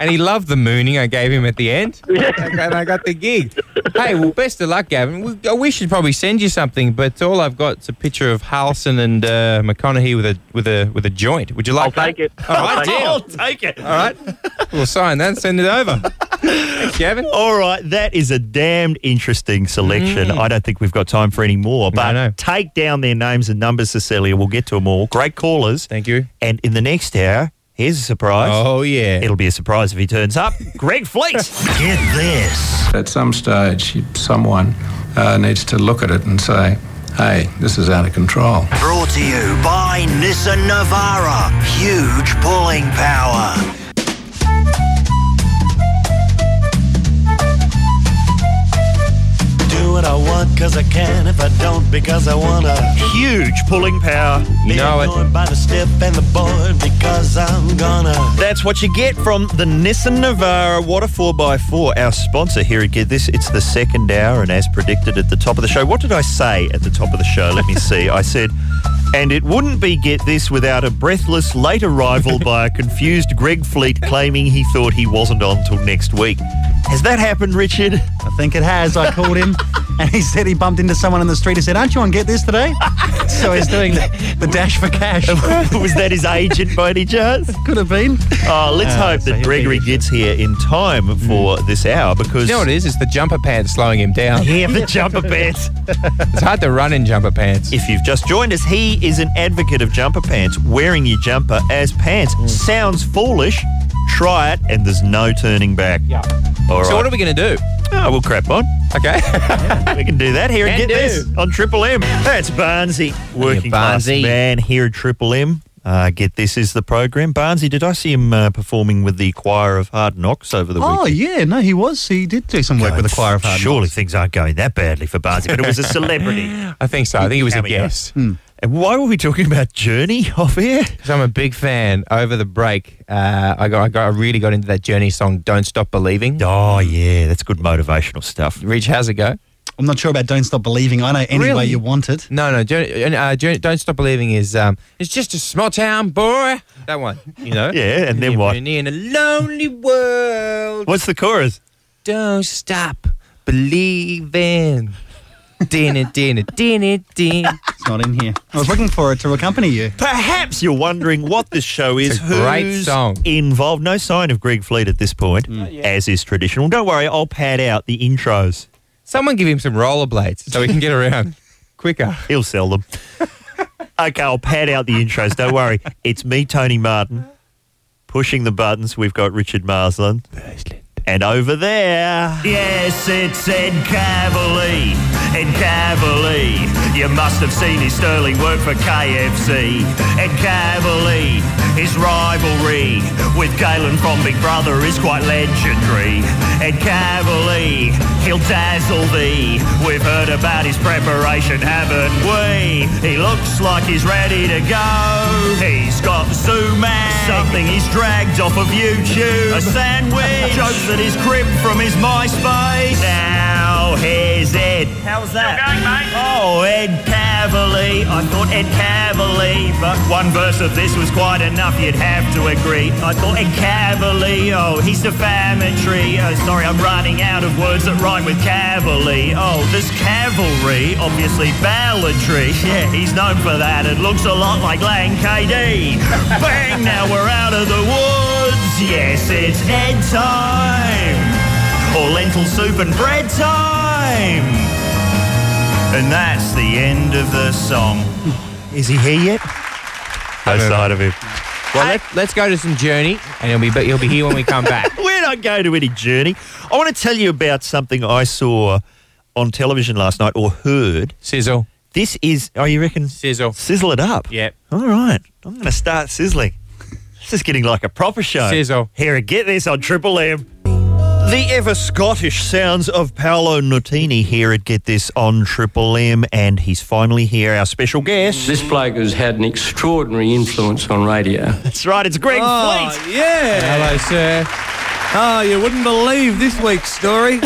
And he loved the mooning I gave him at the end. and I got the gig. Hey, well, best of luck, Gavin. We, we should probably send you something, but all I've got is a picture of Harlson and uh, McConaughey with a with a with a joint. Would you
I'll
like
take
that?
it.
All
I'll
right,
take it.
deal.
Oh, I'll take it.
All right, we'll sign that and send
*laughs*
it over. Thanks, Gavin.
All right, that is a damned interesting selection. I don't think we've got time for any more, but
Mm. no.
take down their names and numbers, Cecilia. We'll get to them all. Great callers.
Thank you.
And in the next hour, here's a surprise.
Oh yeah.
It'll be a surprise if he turns up. Greg
*laughs*
Fleet.
Get this.
At some stage, someone uh, needs to look at it and say,
Hey, this is out of control.
Brought to you by Nissan Navara. Huge pulling power.
Do what I want because I can. If I don't, because I wanna.
Huge pulling power.
Be annoyed by the step and the board because I'm gonna.
That's what you get from the Nissan Navara Water 4x4, our sponsor here at Get This. It's the second hour, and as predicted at the top of the show, what did I say at the top of the show? Let me see. I said, and it wouldn't be Get This without a breathless late arrival by a confused Greg Fleet claiming he thought he wasn't on till next week. Has that happened, Richard? *laughs* I
think it has. I called him *laughs* and he said he bumped into someone in the street and said, Aren't you on Get
*laughs*
This today? so he's doing the, the dash for cash.
Was that his agent by any chance?
Could have been.
Oh, let's
Ah,
hope
so
that
he'll
Gregory gets here in time for this hour because.
Mm. You know what it is? It's the jumper pants slowing him down.
Yeah,
*laughs*
the jumper pants.
It's hard to run in jumper pants.
If you've just joined us, he is an advocate of jumper pants. Wearing your jumper as pants sounds foolish. Try it, and there's no turning back. Yeah. All right.
So what are we going to do?
Oh, we'll crap on.
Okay. *laughs*
we can do that here and
Can
get this on Triple M. That's Barnsey, working class
Barnsey.
man here at Triple M. Uh, get this is the program. Barnsey, did I see him uh, performing with the choir of Hard Knocks over the
Oh,
weekend?
yeah. No, he was. He did do some work with the choir of Hard
Surely things aren't going that badly for Barnsey, but it was a celebrity.
I think so. I think it was a
Cameo.
guest.
And why were we talking about Journey off air?
Because I'm a big fan. Over the break, uh, I got, I got, I really got into that Journey song, "Don't Stop Believing."
Oh yeah, that's good motivational stuff.
Reach, how's it go?
I'm not sure about Don't Stop Believing. I know any
Really?
way you want it.
No, no, Journey, uh, Journey, "Don't Stop Believing" is um, it's just a small town boy. That one, you know.
*laughs* Yeah, and then
You're
what?
in a lonely world.
What's the chorus?
Don't stop believing. Din it, din it, din it, din.
It's not in here. I was looking for it to accompany you.
Perhaps you're wondering what this show is.
It's a great
who's
song. Mm.
involved. No sign of Greg Fleet at this point, as is traditional. Don't worry, I'll pad out the intros.
Someone give him some rollerblades so he can
*laughs*
get around quicker.
He'll sell them. okay, I'll pad out the intros. Don't worry. It's me, Tony Martin, pushing the buttons. We've got Richard Marsland. And over there.
Yes, it's Ed Cavalier. Ed Cavalier. You must have seen his sterling work for KFC. Ed Cavalier. His rivalry with Galen from Big Brother is quite legendary. Ed Cavalier. He'll dazzle thee. We've heard about his preparation, haven't we? He looks like he's ready to go. He's got Zumag. Something he's dragged off of YouTube. A sandwich. Jokes that he's cribbed from his MySpace. Now, here's Ed. How's that? Oh, Ed Cavalier. I thought Ed Cavalier, but one verse of this was quite enough, you'd have to agree. I thought Ed Cavalier, oh, he's defamatory. Oh, sorry, I'm running out of words that rhyme with Cavalier. Oh, this cavalry, obviously balladry. *laughs* Yeah, he's known for that. It looks a lot like Lang KD. *laughs* Bang, now we're out of the woods. Yes, it's Ed time. Or lentil soup and bread time. And that's the end of the song.
Is he here yet? No sign of him.
Well, let, let's go to some journey, and he'll be but he'll be here when we come back.
We're not going to any journey. I want to tell you about something I saw on television last night or heard.
*laughs* Sizzle,
This is, oh, you reckon?
sizzle.
Sizzle it up.
Yep.
All right. I'm going to start sizzling. This is getting like a proper show.
Sizzle.
Here, get this on Triple M. The ever Scottish sounds of Paolo Nutini here at Get This on Triple M, and he's finally here, our special guest.
This bloke has had an extraordinary influence on radio.
That's right, it's Greg Fleet.
yeah.
Hello, sir.
Oh, you wouldn't believe this week's story.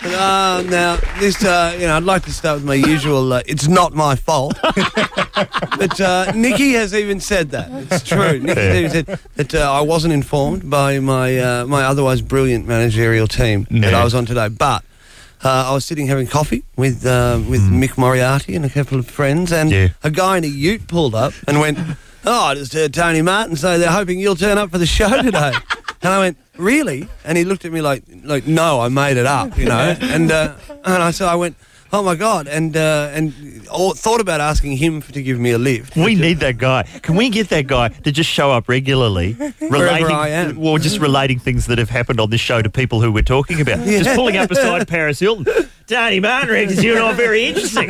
Uh, now, this, uh, you know, I'd like to start with my usual, uh, it's not my fault. *laughs* but uh, Nikki has even said that. It's true. Nikki has even said that uh, I wasn't informed by my, uh, my otherwise brilliant managerial team that I was on today. But uh, I was sitting having coffee with, uh, with Mick Moriarty and a couple of friends, and
Mm. Yeah.
a guy in a ute pulled up and went, Oh, I just heard Tony Martin say they're hoping you'll turn up for the show today. and I went, Really? And he looked at me like, like No, I made it up, you know? and, uh, and I, so I went, Oh my God. And, uh, and all, thought about asking him to give me a lift.
We need that guy. Can we get that guy to just show up
*laughs*
regularly, relating,
I am.
or just relating things that have happened on this show to people who we're talking about?
Yeah.
Just pulling up beside Paris Hilton. Tony Martin reckons you're not very
*laughs*
interesting.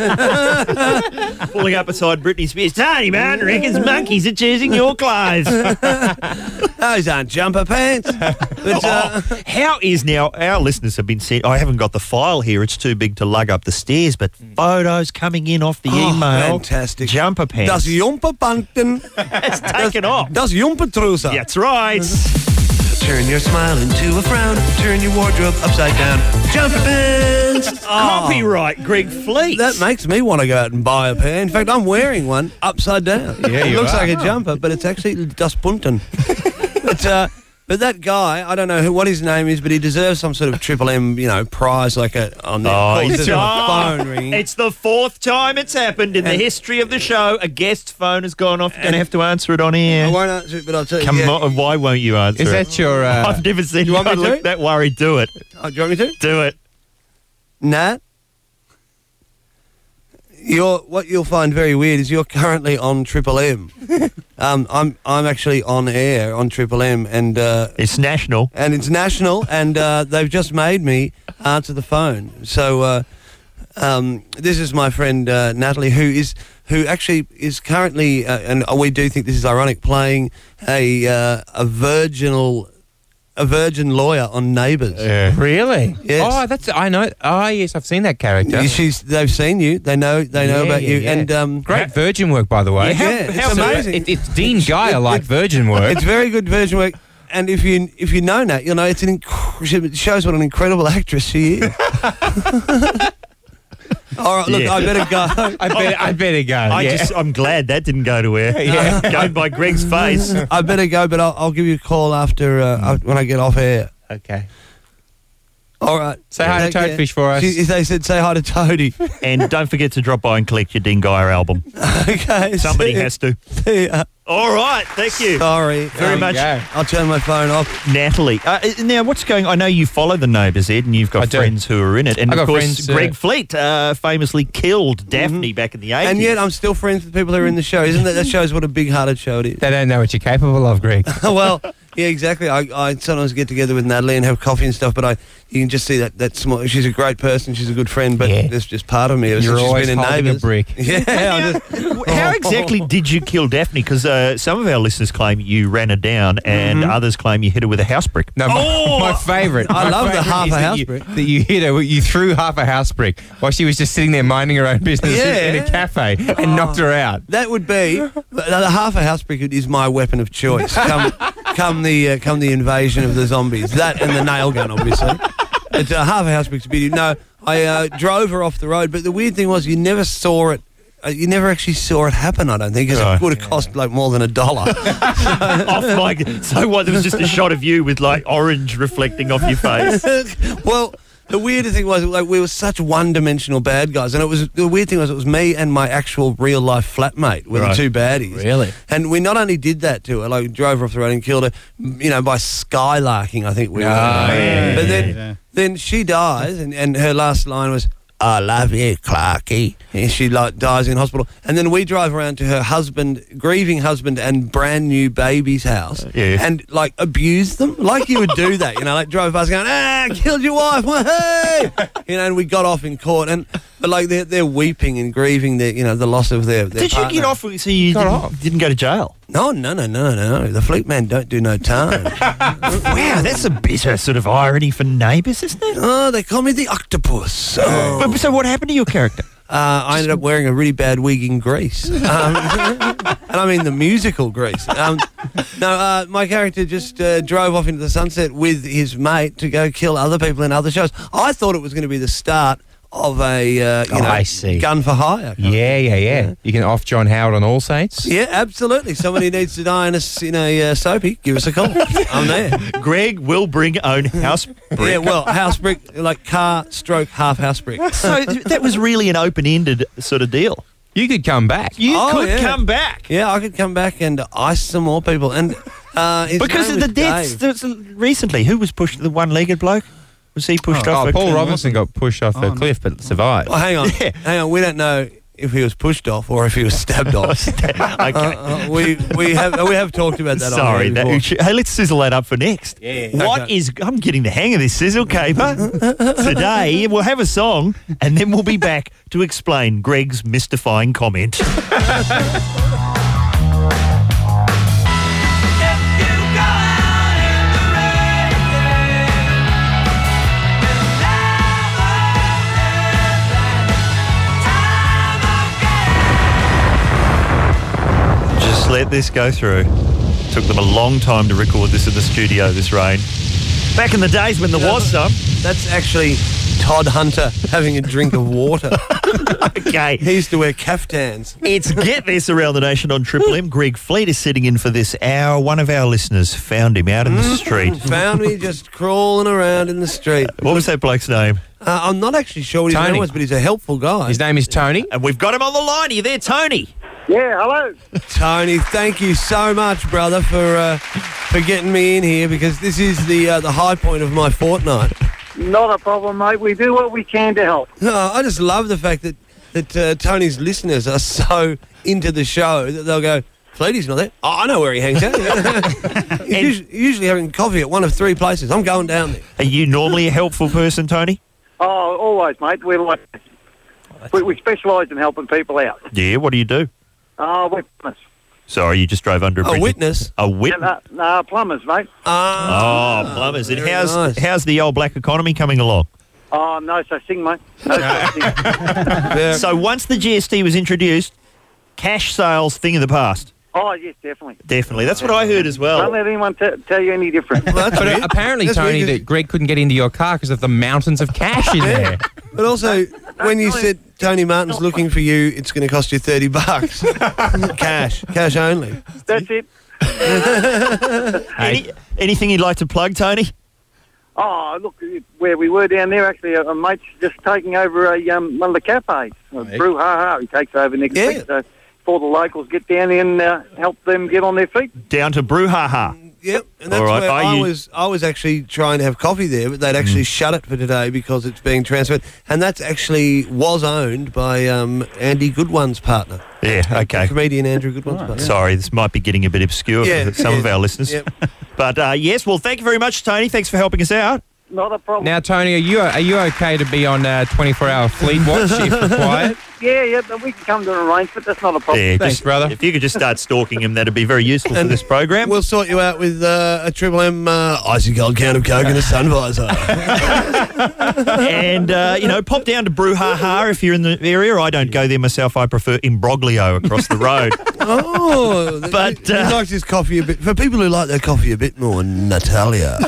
Pulling up beside Britney Spears. Tony Martin reckons monkeys are choosing your clothes.
Those aren't jumper pants. uh,
*laughs* Oh, how is now our listeners have been sent? I haven't got the file here; it's too big to lug up the stairs. But photos coming in off the
Oh,
email, Mm. fantastic jumper pants.
Das Jumperbanten.
*laughs* It's taken off.
Das Jumpertrusa.
That's right.
Turn your smile into a frown. Turn your wardrobe upside down. Jumper pants.
Copyright Greg Fleet.
Oh. That makes me want to go out and buy a pair. In fact, I'm wearing one upside down.
Yeah,
it
you
looks
are.
like a jumper, but it's actually
*laughs*
Das Bunten. but, uh, but that guy, I don't know who, what his name is, but he deserves some sort of Triple M, you know, prize like a on the
Oh,
course,
it's,
there's my
oh,
phone ringing.
it's the fourth time it's happened in the history of the show. A guest phone has gone off. You're going to have to answer it on air.
I won't answer it, but I'll tell you.
Come
yeah.
on, why won't you answer?
Is
it?
that your,
*laughs*
uh,
I've never seen
you
you
want me
look
to?
that worried. Do it.
Oh, do you want me to?
Do it.
Nat, you're, what you'll find very weird is you're currently on Triple M. um, I'm I'm actually on air on Triple M, and uh,
it's national,
and it's national, and uh, they've just made me answer the phone. So uh, um, this is my friend uh, Natalie, who is who actually is currently, uh, and we do think this is ironic, playing a uh, a virginal. A virgin lawyer on Neighbours.
Really?
Yes.
Oh, that's I know. Oh, yes, I've seen that character.
She's, they've seen you. They know. They know
Yeah,
about
yeah,
you.
yeah.
And um,
great Virgin work, by the way.
Yeah, Yeah, it's
So,
amazing.
it- it's Dean Geyer like Virgin work.
It's very good Virgin work. And if you if you know Nat, you'll know it's an inc- she- it shows what an incredible actress she
*laughs*
is. All right, look,
Yeah.
I better go.
*laughs* I better, I better go.
I
yeah.
just, I'm glad that didn't *laughs* go to air.
Yeah.
Going by Greg's face.
I better go, but I'll, I'll give you a call after uh,
Mm.
af- when I get off air.
*laughs* okay.
All right.
Say hi to
Take care.
Toadfish for us.
She, they said say hi
*laughs*
to Toadie.
and don't forget to drop by and collect your Dean Geyer album.
okay.
Somebody has to.
to.
All right. Thank you.
Sorry.
Very
Um,
much.
I'll turn my phone off.
Natalie. Uh, i- now, what's going I know you follow the neighbours, Ed, and you've got
do.
friends who are in it. And
I
of
got
course,
friends, uh, Mm-hmm.
Greg Fleet uh, famously killed Daphne back in the 80s.
And yet I'm still friends with people who are in the show. Isn't that that shows what a big-hearted show it is?
They don't know what you're capable of, Greg. *laughs*
*laughs* Oh, well, yeah, exactly. I, I sometimes get together with Natalie and have coffee and stuff, but I you can just see that that small. She's a great person. She's a good friend, but
Yeah.
there's just part of me. ever
You're
since she's
always
been in
holding a
Neighbours.
brick.
*laughs* Yeah. I
*laughs*
just-
How
*laughs*
exactly did you kill Daphne? Because uh, some of our listeners claim you ran her down, and
Mm-hmm.
others claim you hit her with a house
*laughs*
brick. *laughs*
No, my,
Oh!
my favourite.
I
my
love the
favourite
half
is
a
that
house
you-
brick.
That you hit her, you threw half a house brick while she was just sitting there minding her own business in
Yeah.
a cafe and knocked her out.
*laughs* That would be the, the half a house brick is my weapon of
*laughs*
choice. Come, come the uh, come the invasion of the zombies. That and the nail gun, obviously. But uh, half a house brick's a beauty. No, I uh, drove her off the road. But the weird thing was, you never saw it. Uh, you never actually saw it happen. I don't think 'cause
Right.
it would have cost like more than a
*laughs*
dollar.
off Oh my, so what? There was just a shot of you with like orange reflecting off your face.
*laughs* well, the weirdest thing was like we were such one-dimensional bad guys, and it was the weird thing was it was me and my actual real-life flatmate were
Right.
the two baddies.
Really?
And we not only did that to her, like drove her off the road and killed her, m- you know, by skylarking. I think we. were.
yeah,
But
yeah,
then, then she dies, and, and her last line was. I love you, Clarky. And she like dies in hospital, and then we drive around to her husband, grieving husband, and brand new baby's house,
Yeah.
and like abuse them, like you would do that, you know, like drove past going, ah, I killed your wife, Wah, hey, you know, and we got off in court, and but like they're, they're weeping and grieving their, you know, the loss of their. their
Did you get
partner.
off? with- So you
Got
didn't,
off.
didn't go to jail?
No, no, no, no, no. The fleet man don't do no time.
*laughs* Wow, that's a bitter sort of irony for neighbours, isn't it?
oh, they call me the octopus. Oh.
But, so what happened to your character?
Uh, I ended up wearing a really bad wig in Greece, um, *laughs* and I mean the musical Greece. Um, no, uh, my character just uh, drove off into the sunset with his mate to go kill other people in other shows. I thought it was going to be the start of a uh, you
Oh,
know
I see.
gun for hire.
Yeah, yeah, yeah. You can off John Howard on All Saints.
Yeah, absolutely. Somebody needs to die in a s- in a uh, soapy. Give us a call. I'm there.
Greg will bring own house brick.
Yeah, well, house brick like car stroke half house brick.
so that was really an open-ended sort of deal.
You could come back.
You
Oh,
could
yeah.
come back
Yeah, I could come back and ice some more people and. Uh, his
because
name
of the
was
deaths
Dave.
there was, uh, recently. Who was pushed? The one-legged bloke was he pushed off?
Oh,
a
Paul
cliff?
Robinson got pushed off
Oh,
a
no.
cliff but survived.
Oh, hang on, hang on. We don't know if he was pushed off or if he
*laughs*
was stabbed off. Uh,
Uh-huh.
uh, we we have we have talked about that. on
Sorry.
here
That,
before.
hey, let's sizzle that up for next.
Yeah.
What
Okay.
is- I'm getting the hang of this sizzle caper. Today we'll have a song and then we'll be back to explain Greg's mystifying comment. Just let this go through. Took them a long time to record this in the studio. This rain. Back in the days when there was some.
That's actually Todd Hunter having a drink
*laughs*
of water.
okay.
He used to wear caftans.
It's Get This Around the Nation on Triple M. Greg Fleet is sitting in for this hour. One of our listeners found him out in the street.
*laughs* Found me just crawling around in the street.
What was that bloke's name?
Uh, I'm not actually sure what his
Tony.
name was, but he's a helpful guy. His
name is Tony.
And we've got him on the line. Are you there, Tony?
Yeah, hello. Tony, thank you so much, brother, for uh, for getting me in here because this is the uh, the high point of my fortnight.
Not a problem, mate. We do what we can to help.
Oh, I just love the fact that that uh, Tony's listeners are so into the show that they'll go. Fleety's not there. Oh, I know where he hangs out. *laughs* He's usually, usually having coffee at one of three places. I'm going down there.
Are you normally a helpful person, Tony?
Oh, always, mate. We're like, we, we specialise in helping people out.
Yeah, what do you do?
Oh, we're plumbers.
Sorry, you just drove under a bridge.
witness? Uh,
A witness.
No, no, plumbers, mate.
Oh, plumbers. And
very
how's,
nice.
how's the old black economy coming along?
Oh, no such thing, mate. No such thing.
So once the GST was introduced, cash sales thing of the past.
Oh, yes, definitely.
Definitely. That's what I heard as well.
Don't let anyone t- tell you any different.
but uh, apparently, Tony, that Greg couldn't get into your car because of the mountains of cash in there.
But also, when you said Tony Martin's looking for you, it's going to cost you
*laughs*
thirty bucks, cash, cash only.
That's it.
Any, anything you'd like to plug, Tony?
Oh, look, where we were down there, actually, uh, a, a mate's just taking over a um, one of the cafes, uh,
Right.
Brew Ha Ha. He takes over next
Yeah.
week, so before the locals get down there and uh, help them get on their feet.
Down to Brouhaha.
Yep, and that's
All right,
where
are
I
you- Hmm.
was. I was actually trying to have coffee there, but they'd actually shut it for today because it's being transferred, and that's actually was owned by um, Andy Goodwin's partner,
Yeah, okay.
comedian Andrew Goodwin's partner.
Sorry, this might be getting a bit obscure
Yeah,
for some of
yeah,
our listeners.
yep.
*laughs* But uh, yes, well, thank you very much, Tony. Thanks for helping us out.
Not a problem.
Now, Tony, are you are you okay to be on uh, 24-hour fleet watch if required?
Yeah, yeah, but we can come to an arrangement. That's not a
Oh,
problem.
Yeah, just, brother. If you could just start stalking him, that'd be very useful for this program.
We'll sort you out with uh, a triple M uh, icy gold can of coke and a sun visor.
and uh, you know, pop down to Brouhaha if you're in the area. I don't go there myself. I prefer Imbroglio across the road.
oh,
*laughs* But,
he, he
uh,
likes his coffee a bit. For people who like their coffee a bit
*laughs*
more, Natalia.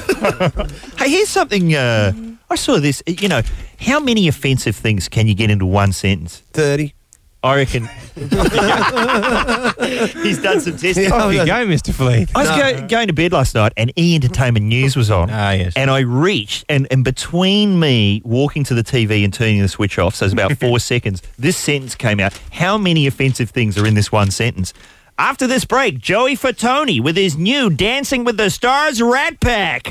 hey, here's something. Uh, I saw this. You know, how many offensive things can you get into one sentence?
Thirty.
I reckon he's done some testing.
*laughs* Off you go, Mr. Fleet.
I was go, going to bed last night and E Entertainment News was on.
Ah, yes.
And I reached, and, and between me walking to the TV and turning the switch off, so it's about four seconds, this sentence came out. How many offensive things are in this one sentence? After this break, Joey Fatone with his new Dancing with the Stars Rat Pack.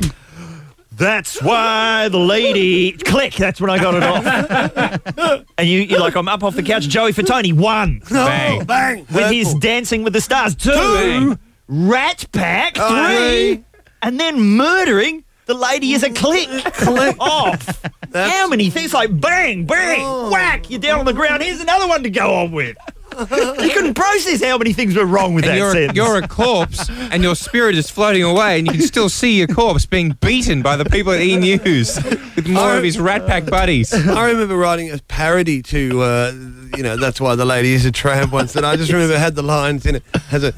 That's why the lady click. That's when I got it off. and you, you're like, I'm up off the couch. Joey Fatone one
Bang. bang.
with his Dancing with the Stars two, Rat Pack three,
Oh, three.
and then murdering the lady is a click, click off. How many things like bang, bang,
Oh.
whack? You're down on the ground. Here's another one to go on with. you couldn't process how many things were wrong with
And
that
you're, a,
sentence.
you're a corpse, and your spirit is floating away, and you can still see your corpse being beaten by the people at E News *laughs* with more of his Rat Pack buddies.
I remember writing a parody to, uh, you know, that's why the lady is a tramp once, and I just remember had the lines in it as a.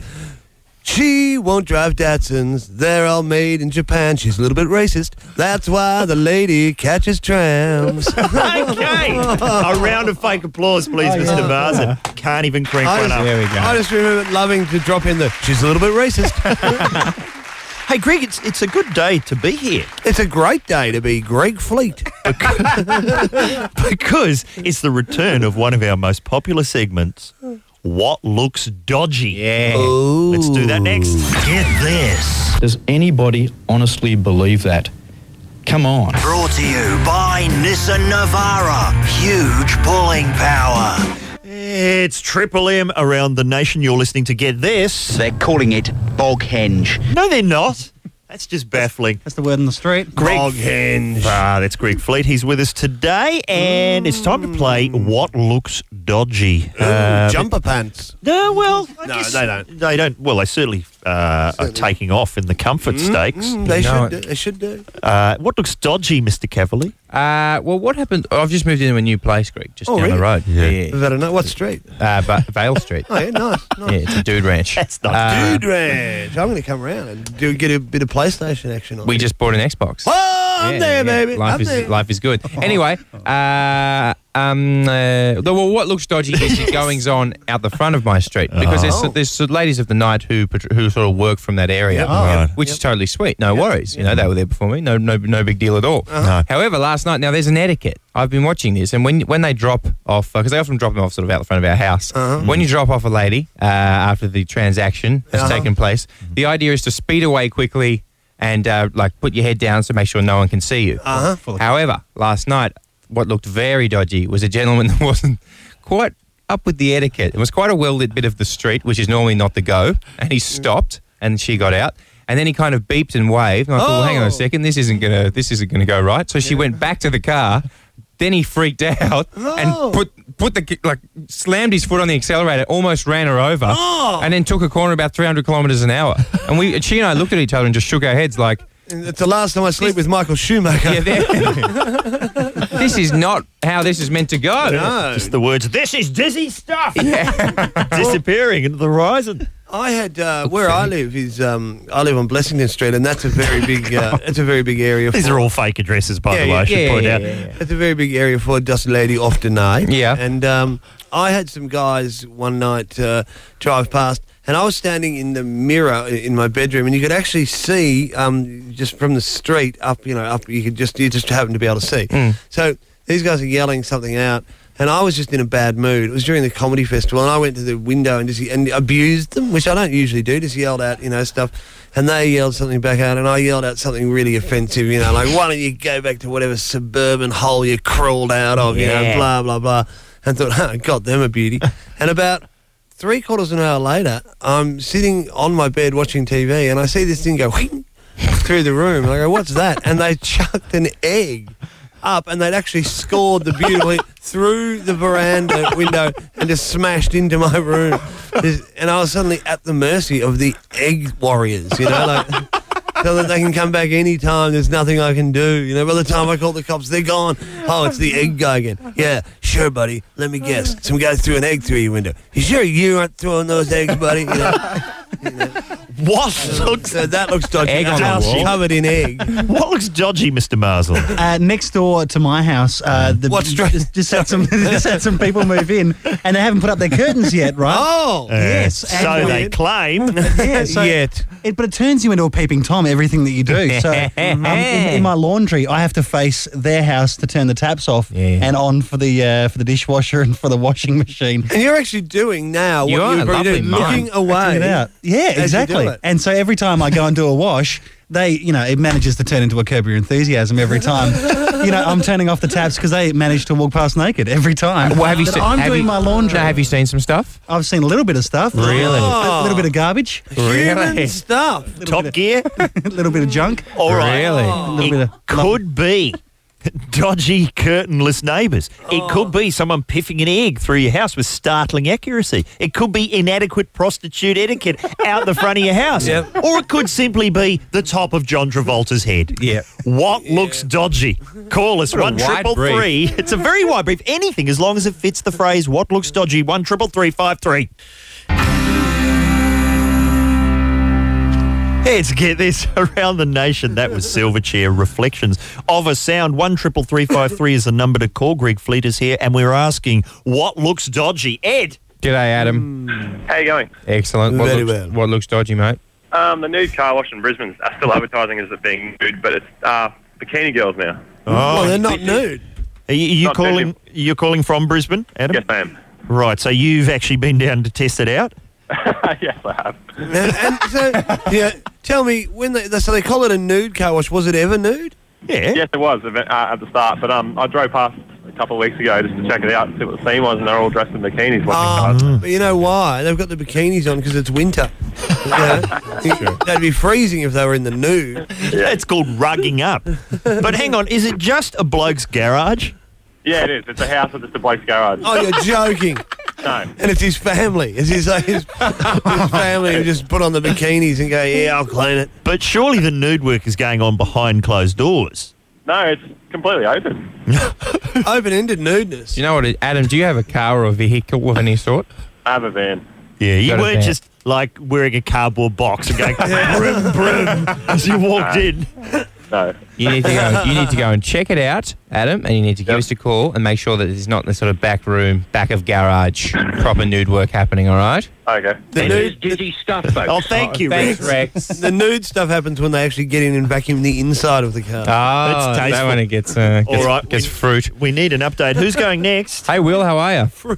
She won't drive Datsuns. They're all made in Japan. She's a little bit racist. That's why the lady
*laughs*
catches trams.
okay, a round of fake applause,
Oh,
please, Mr. Barza. Can't even crank
I
one
just,
up.
I just remember loving to drop in the. She's a little
*laughs*
bit
Uh,
racist.
Hey, Greg, it's it's a good day to be here.
it's a great day to be
*laughs*
Greg Fleet.
because it's the return of one of our most popular segments. What looks dodgy? Yeah. Let's do that next. Get this.
Does anybody honestly believe that? Come on.
Brought to you by Nissan Navara. Huge pulling power.
It's Triple M around the nation. You're listening to Get This. They're calling it Boghenge. No, they're not. That's just baffling.
That's the word in the street.
Greg Ah, that's Greg Fleet. He's with us today, and it's time to play What Looks Dodgy. Uh,
jumper pants.
No, well, I
no,
guess
they don't.
They don't. Well, they certainly, uh, are taking off in the comfort stakes.
Mm, they
You know
should. Do,
it.
they should do.
Uh, what looks dodgy, Mr. Cavalier?
Uh, well, what happened? oh, I've just moved into a new place, Greg, just
Oh,
down
really?
the road.
Yeah.
yeah.
Is that a no? What street?
Uh, but Vale Street.
*laughs* Oh, yeah, nice.
*laughs*
nice.
Yeah, it's a dude ranch. That's not uh,
Dude ranch. I'm going to come around and do get a bit of PlayStation action on.
We
it.
just bought an Xbox.
Oh, I'm there, baby.
Life
I'm
is
there.
life is good. Anyway, uh, um, uh, well, what looks dodgy is
*laughs*
the goings on out the front of my street because
Oh.
there's there's ladies of the night who patr- who sort of work from that area, uh,
Yep. Oh. Right.
which is totally sweet. No worries, you know they were there before me. No, no, no big deal at all.
Uh-huh.
However, last night now there's an etiquette. I've been watching this, and when when they drop off because they often drop them off sort of out the front of our house.
Uh-huh.
When you drop off a lady uh, after the transaction has
Uh-huh.
taken place, the idea is to speed away quickly and uh, like put your head down so make sure no one can see you.
Uh-huh. Full of-
However, last night, what looked very dodgy was a gentleman *laughs* that wasn't quite up with the etiquette. It was quite a well lit bit of the street, which is normally not the go, and he stopped, and she got out. And then he kind of beeped and waved, and I thought, well, "Hang on a second, this isn't gonna, this isn't gonna go right." So she went back to the car. Then he freaked out and put put the like slammed his foot on the accelerator, almost ran her over, and then took a corner about 300 kilometers an hour. And we, she and I looked at each other and just shook our heads like,
It's the last time I sleep with Michael Schumacher.
*laughs*
yeah, there- this is not how this is meant to go.
No.
Just the words, this is dizzy stuff. *laughs* Disappearing into the horizon.
I had uh, where I live is um, I live on Blessington Street, and that's a very big.
*laughs*
Uh, it's a very big area.
These
for-
are all fake addresses, by
Yeah,
the way, I
yeah,
should
yeah,
point
yeah,
out.
yeah, yeah. It's a very big area for Dust Lady off tonight. Yeah. And um, I had some guys one night uh, drive past, and I was standing in the mirror i- in my bedroom, and you could actually see um, just from the street up, you know, up. You could just you just happened to be able to see. So these guys are yelling something out. And I was just in a bad mood. It was during the comedy festival, and I went to the window and just and abused them, which I don't usually do. Just yelled out, you know, stuff, and they yelled something back out, and I yelled out something really offensive, you know, like why don't you go back to whatever suburban hole you crawled out of, you know,
Yeah.
blah blah blah, and thought, huh, got them a beauty. and about three quarters of an hour later, I'm sitting on my bed watching TV, and I see this thing go whing through the room. And I go, "What's that?" And they chucked an egg up, and they'd actually scored the beautifully through the veranda window and just smashed into my room. This- And I was suddenly at the mercy of the egg warriors, you know, like. So that they can come back any time. There's nothing I can do. You know, by the time I call the cops, they're gone. Oh, it's the egg guy again. Yeah, sure, buddy. Let me guess. Some guy threw an egg through your window. You sure you aren't throwing those eggs, buddy? You know?
What looks
so that looks dodgy.
Egg on the
House
wall.
covered in egg.
What looks dodgy, Mr. Marsden?
Uh, next door to my house, uh, the, what street? *laughs* Just, just had some, just had some people move in, and they haven't put up their curtains yet, right?
Oh,
yes.
Uh, so they claim.
yeah, so
Yet.
It, but it turns you into a peeping tom. Everything that you do. So um, in, in my laundry, I have to face their house to turn the taps off and on for the uh, for the dishwasher and for the washing machine.
And you're actually doing now what
You
you,
are a
were probably
lovely
doing,
mime.
looking away.
Get out.
as you
Yeah,
do
exactly.
it.
And so every time I go and do a wash, they, you know, it manages to turn into a curb your enthusiasm every
*laughs*
time. you know, I'm turning off the taps because they manage to walk past naked every time.
Well, have you
But
seen-
I'm
have
doing
you-
my laundry.
have you seen some stuff?
I've seen a little bit of stuff.
Really?
A little bit
Oh.
of garbage. *laughs*
Human stuff.
Top Gear?
A little bit of junk.
All right. Oh.
Really?
A little bit of.
Could be dodgy curtainless neighbours. It could be someone piffing an egg through your house with startling accuracy. It could be inadequate prostitute etiquette out the front of your house.
Yep.
Or it could simply be the top of John Travolta's head.
Yeah.
What looks dodgy? Call us
What a
one
wide
triple three.
brief.
It's a very wide brief. Anything as long as it fits the phrase "What looks dodgy." One triple three five three. Let's get this *laughs* around the nation. That was Silverchair Reflections of a Sound. One triple three five three is the number to call. Greg Fleet is here, and we're asking what looks dodgy. Ed,
G'day,
Mm.
Adam.
How you going?
Excellent. What
Very
looks, What looks dodgy, mate?
Um, the nude car wash in Brisbane are still advertising as it being nude, but it's uh, bikini girls now.
Oh. Well, they're not nude.
are you, you
Not
calling? You're calling from Brisbane, Adam?
Yes, I am.
Right. So you've actually been down to test it out.
*laughs* yes, I have.
and, and so, yeah, tell me, when they, so they call it a nude car wash, was it ever nude?
Yeah.
Yes, it was uh, at the start, but um, I drove past a couple of weeks ago just to check it out and see what the scene was, and they're all dressed in bikinis.
Ah, but you know why? They've got the bikinis on because it's winter. You
*laughs*
know? They'd be freezing if they were in the nude.
It's called rugging up. But hang on, is it just a bloke's garage?
Yeah, it is. It's a house with just a bloke's garage.
Oh, you're joking.
No.
And it's his family. It's his, uh, his, his
*laughs*
family who just put on the bikinis and go, yeah, I'll clean it.
But surely the nude work is going on behind closed doors.
No, it's completely
*laughs*
open.
Open ended nudeness.
You know what, Adam? Do you have a car or a vehicle of any sort?
I have a van.
Yeah, you
Got a
weren't
van.
just like wearing a cardboard box and
*laughs*
going brim brim as you walked in.
No.
You need to go. You need to go and check it out, Adam, and you need to give us a call and make sure that there's not the sort of back room, back of garage, proper nude work happening. All right.
Okay.
The nude,
Dizzy stuff, folks.
Oh, thank you,
thanks,
Rex.
*laughs* the nude stuff happens when they actually get in and vacuum the inside of the car.
Ah,
That's
that
tasteful.
when it gets uh, gets,
All right,
gets fruit.
We need an update. Who's going next?
Hey, Will, how are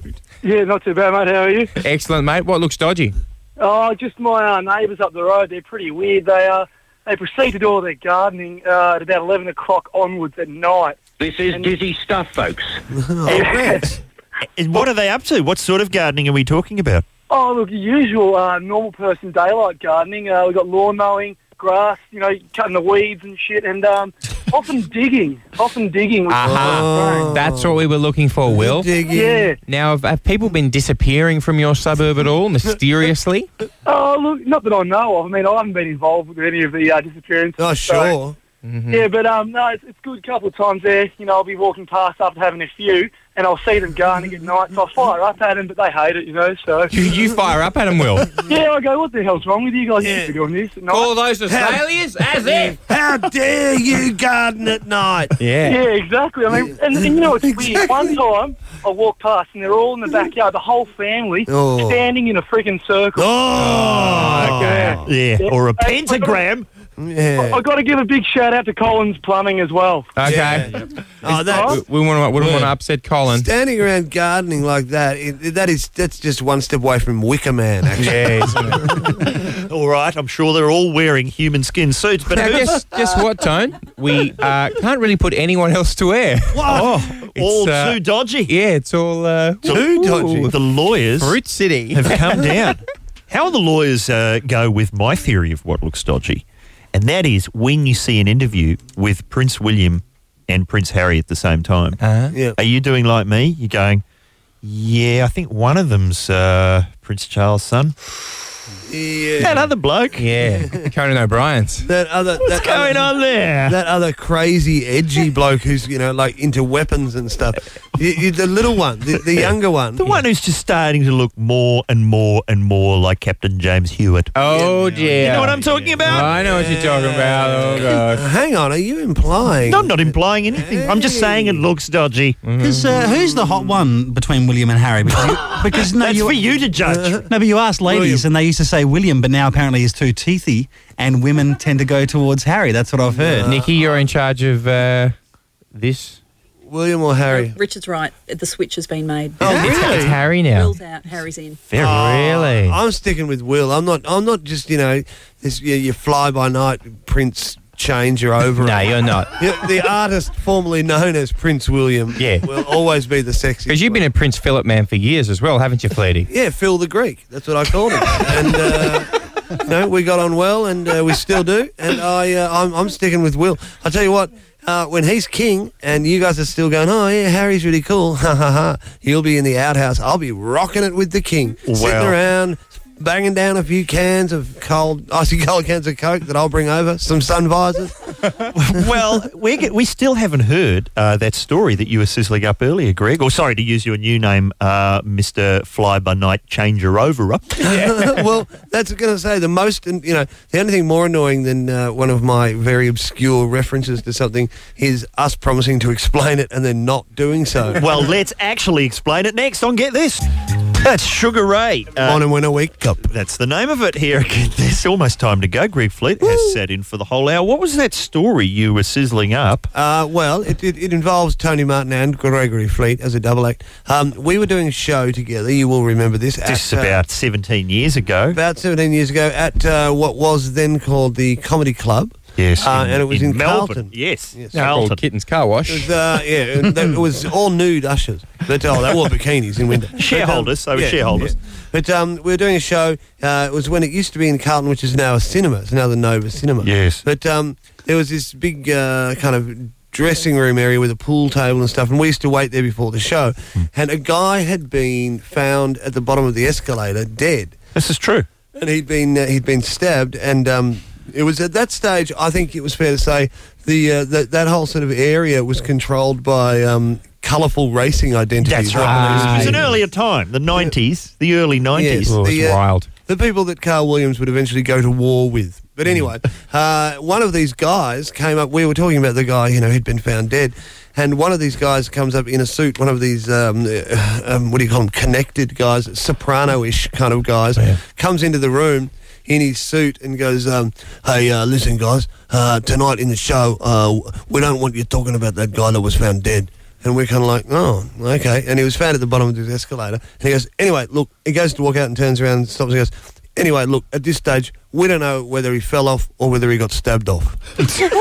you?
Yeah, not too bad, mate. How are you?
Excellent, mate. What looks dodgy?
Oh, just my uh, neighbours up the road. They're pretty weird. They uh, they proceed to do all their gardening uh, at about eleven o'clock onwards at night.
This is dizzy stuff, folks.
And What are they up to? What sort of gardening are we talking about?
Oh, look, the usual uh, normal person daylight gardening. Uh, we've got lawn mowing, grass, you know, cutting the weeds and shit, and um, often digging, often digging. Which
Aha. That's what we were looking for, Will.
Digging.
Yeah.
Now, have, have people been disappearing from your suburb at all, mysteriously?
Oh, look, not that I know of. I mean, I haven't been involved with any of the uh, disappearances. so-
Oh, sure.
Yeah, but um, no, it's, it's good. A couple of times there, you know, I'll be walking past after having a few, and I'll see them gardening at night. So I fire up at them, but they hate it, you know.
*laughs*
So
you, you fire up at them, Will.
yeah, I go, what the hell's wrong with you guys? You should be doing this. at night."
All those Australians, as if.
How dare you garden at night?
Yeah.
Yeah, exactly. I mean, and, and you know, it's weird. One time I walked past, and they're all in the backyard, the whole family,
Oh.
standing in a freaking circle.
Oh,
Yeah. or a pentagram.
I
yeah.
got to give a big shout out to Collins Plumbing as well.
Okay.
Oh, that
We, we want to. wouldn't want to upset Colin.
standing around gardening like that. It, that is that's just one step away from Wicker Man. eh?
*laughs*
Actually,
Yeah, isn't it?
All right, I'm sure they're all wearing human skin suits, but
Now,
who's
guess, guess what, Tone? We uh, can't really put anyone else to air.
oh, all
It's, uh,
too dodgy?
Yeah, it's all uh,
Too
dodgy.
The lawyers
Fruit City.
have come down. How the lawyers uh, go with my theory of what looks dodgy, and that is when you see an interview with Prince William and Prince Harry at the same time.
Uh,
yeah.
Are you doing like me? You're going, yeah, I think one of them's uh, Prince Charles' son.
*sighs* yeah.
That other bloke.
yeah, Conan O'Brien's.
That other
What's
that
going
other,
on there?
That other crazy, edgy bloke who's you know like into weapons and
*laughs*
stuff. You, you, the little one, the, the younger one.
the one who's just starting to look more and more and more like Captain James Hewitt.
Oh dear.
You know what I'm talking about?
I know what you're talking about. Oh gosh. *laughs*
Hang on, are you implying?
No, I'm not implying anything. I'm just saying it looks dodgy.
Because uh, who's the hot one between William and Harry? Because, you,
*laughs*
because no,
That's
you,
for you to judge.
no, but you asked ladies, and they used to say William, but now apparently he's too teethy, and women tend to go towards Harry. That's what I've heard.
Nikki, you're in charge of uh, this.
William or Harry?
Oh, Richard's right. The switch has been made.
Oh,
It's, it's
really? uh,
Harry now.
Will's out. Harry's in.
Very really.
I'm sticking with Will. I'm not. I'm not just you know this you, you fly by night Prince changer over.
No, you're not.
*laughs* the artist formerly known as Prince William
Yeah.
will always be the sexiest.
Because you've been a Prince Philip man for years as well, haven't you,
*laughs*
Fleety?
Yeah, Phil the Greek. That's what I called him. and uh, no, we got on well, and uh, we still do. And I, uh, I'm, I'm sticking with Will. I tell you what. Uh, when he's king and you guys are still going, oh yeah, Harry's really cool, *laughs* ha ha ha. He'll be in the outhouse. I'll be rocking it with the king, sitting
Wow.
around, banging down a few cans of cold, icy cold cans of Coke that I'll bring over, some sun visors.
well, we get, we still haven't heard uh, that story that you were sizzling up earlier, Greg. Or sorry to use your new name, uh, Mister Fly by Night Changer Overer.
*laughs* well, that's going to say the most, you know, the only thing more annoying than uh, one of my very obscure references to something is us promising to explain it and then not doing so.
*laughs* well, let's actually explain it next on Get This. That's Sugar Ray.
On
Uh,
and when I wake up.
that's the name of it here. *laughs* Get This. Almost time to go. Greg Fleet has sat in for the whole hour. What was that story you were sizzling up?
Uh, well, it, it, it involves Tony Martin and Gregory Fleet as a double act. Um, we were doing a show together. You will remember this. at,
Just
uh,
about 17 years ago.
about 17 years ago at uh, what was then called the Comedy Club.
Yes,
Uh,
in-
and it was
in
in,
Melbourne.
Carlton.
Yes,
yes.
Now called Kitten's Car Wash.
It was, uh, yeah, it,
*laughs*
it was all nude ushers. But, oh, they wore bikinis in winter. But, um,
Shareholders, they were shareholders.
But um, we were doing a show. Uh, it was when it used to be in Carlton, which is now a cinema. It's now the Nova Cinema.
Yes.
But um, there was this big uh, kind of dressing room area with a pool table and stuff, and we used to wait there before the show.
Hmm.
And a guy had been found at the bottom of the escalator, dead.
This is true.
And he'd been uh, he'd been stabbed, and um, it was at that stage. I think it was fair to say the uh, that that whole sort of area was controlled by. Um, Colourful racing
That's
identities.
right. It was an earlier time, the 90s, the early 90s.
Ah, Yes,
Oh,
the, uh, The people that Carl Williams would eventually go to war with. But anyway, uh, one of these guys came up. We were talking about the guy, you know, who'd been found dead. And one of these guys comes up in a suit, one of these, um, uh, um, what do you call them, connected guys, soprano ish kind of guys, comes into the room in his suit and goes, um, Hey, uh, listen, guys, uh, tonight in the show, uh, we don't want you talking about that guy that was found dead. And we're kind of like, oh, okay. And he was found at the bottom of this escalator. And he goes, anyway, look, he goes to walk out and turns around and stops and goes, anyway, look, at this stage, we don't know whether he fell off or whether he got stabbed off.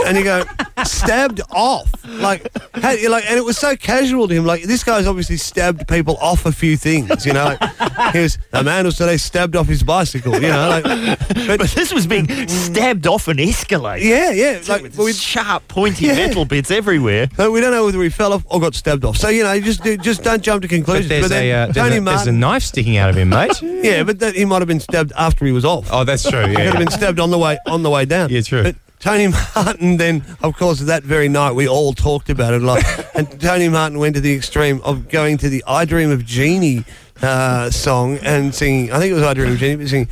and you go, stabbed off? Like, how, you're like, and it was so casual to him. Like, this guy's obviously stabbed people off a few things, you know? Like, he was, a man was today stabbed off his bicycle, you know? Like, but,
this was being
*laughs*
stabbed off an escalator.
Yeah, yeah.
Like, with, sharp, pointy metal bits everywhere.
So we don't know whether he fell off or got stabbed off. So you know, you just do, just don't jump to conclusions.
But there's,
then
a, uh, there's,
Tony
a, there's a
Martin,
knife sticking out of him, mate.
*laughs* yeah, but that, he might have been stabbed after he was off.
Oh, that's true.
he could
Yeah,
have
yeah.
been stabbed on the way on the way down. Yeah,
true.
But Tony Martin, then of course, that very night we all talked about it a lot. and Tony Martin went to the extreme of going to the "I Dream of Jeannie" uh, song and singing. I think it was "I Dream of Jeannie," but singing.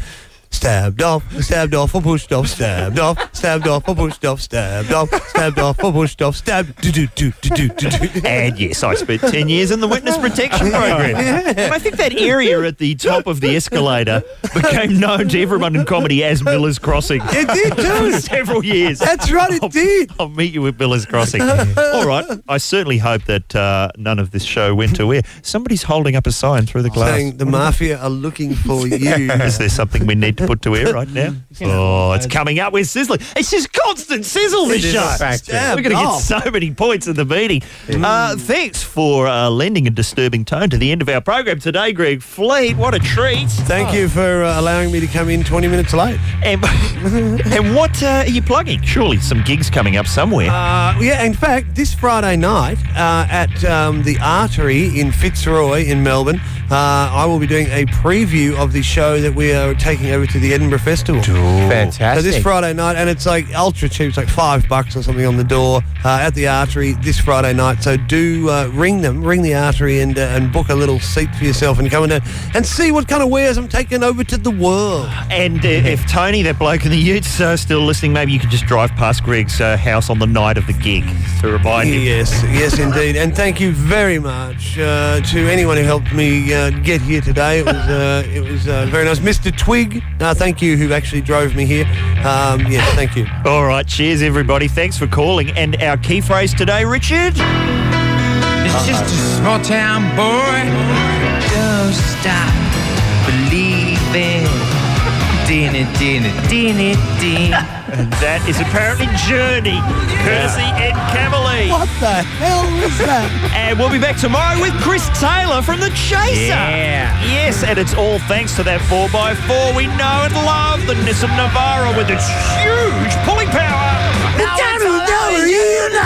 Stabbed off, stabbed off, or pushed off, stabbed off, stabbed off, or pushed off, stabbed off, stabbed off, or pushed off, stabbed. Do do do do do do.
And yes, I spent 10 years in the witness
*laughs*
protection program. I think that area at the top of the escalator became known to everyone in comedy as Miller's Crossing.
It
*laughs*
did
For
too.
several years.
That's right,
*laughs*
it did.
I'll meet you at Miller's
*laughs*
Crossing. All right. I certainly hope that uh, none of this show went to air. Somebody's holding up a sign through the glass.
Saying the mafia are looking
*laughs*
for you.
Is there something we need to put to air right
*laughs*
now? Oh, it's coming up. We're sizzling. It's just constant sizzle this
It is a
show.
fact, yeah. Oh. Mm.
We're going to get
Stabbed
so many points in the meeting. Uh, thanks for uh, lending a disturbing tone to the end of our program today, Greg Fleet. What a treat.
Thank you for uh, allowing me to come in 20 minutes late.
And, *laughs* and what uh, are you plugging? Surely some gigs coming up somewhere.
Uh, yeah, in fact, this Friday night uh, at um, the Artery in Fitzroy in Melbourne, uh, I will be doing a preview of the show that we are taking over to the Edinburgh Festival.
Fantastic.
So this Friday night, and it's like ultra cheap. It's like five bucks or something on the door uh, at the Artery this Friday night. So do uh, ring them, ring the Artery, and uh, and book a little seat for yourself and come in and, and see what kind of wares I'm taking over to the world.
And uh,
*laughs*
if Tony, that bloke in the Utes, uh, still listening, maybe you could just drive past Greg's uh, house on the night of the gig to remind him.
Yes, yes, indeed. And thank you very much uh, to anyone who helped me uh, get here today. It was uh, it was uh, very nice, Mr. Twig. Uh, thank you, who actually drove me here. Um, yes, thank you.
All right, cheers, everybody. Thanks for calling. And our key phrase today, Richard?
It's just a small town boy. Don't stop believing. Din it, din it, din it, din.
*laughs* that is apparently Journey, Kersey and Camerley.
Oh,
What
the hell was that?
and we'll be back tomorrow with Chris Taylor from The Chaser.
Yeah.
Yes, and it's all thanks to that 4x4 we know and love, the Nissan Navara with its huge pulling power.
The
Now it's all over.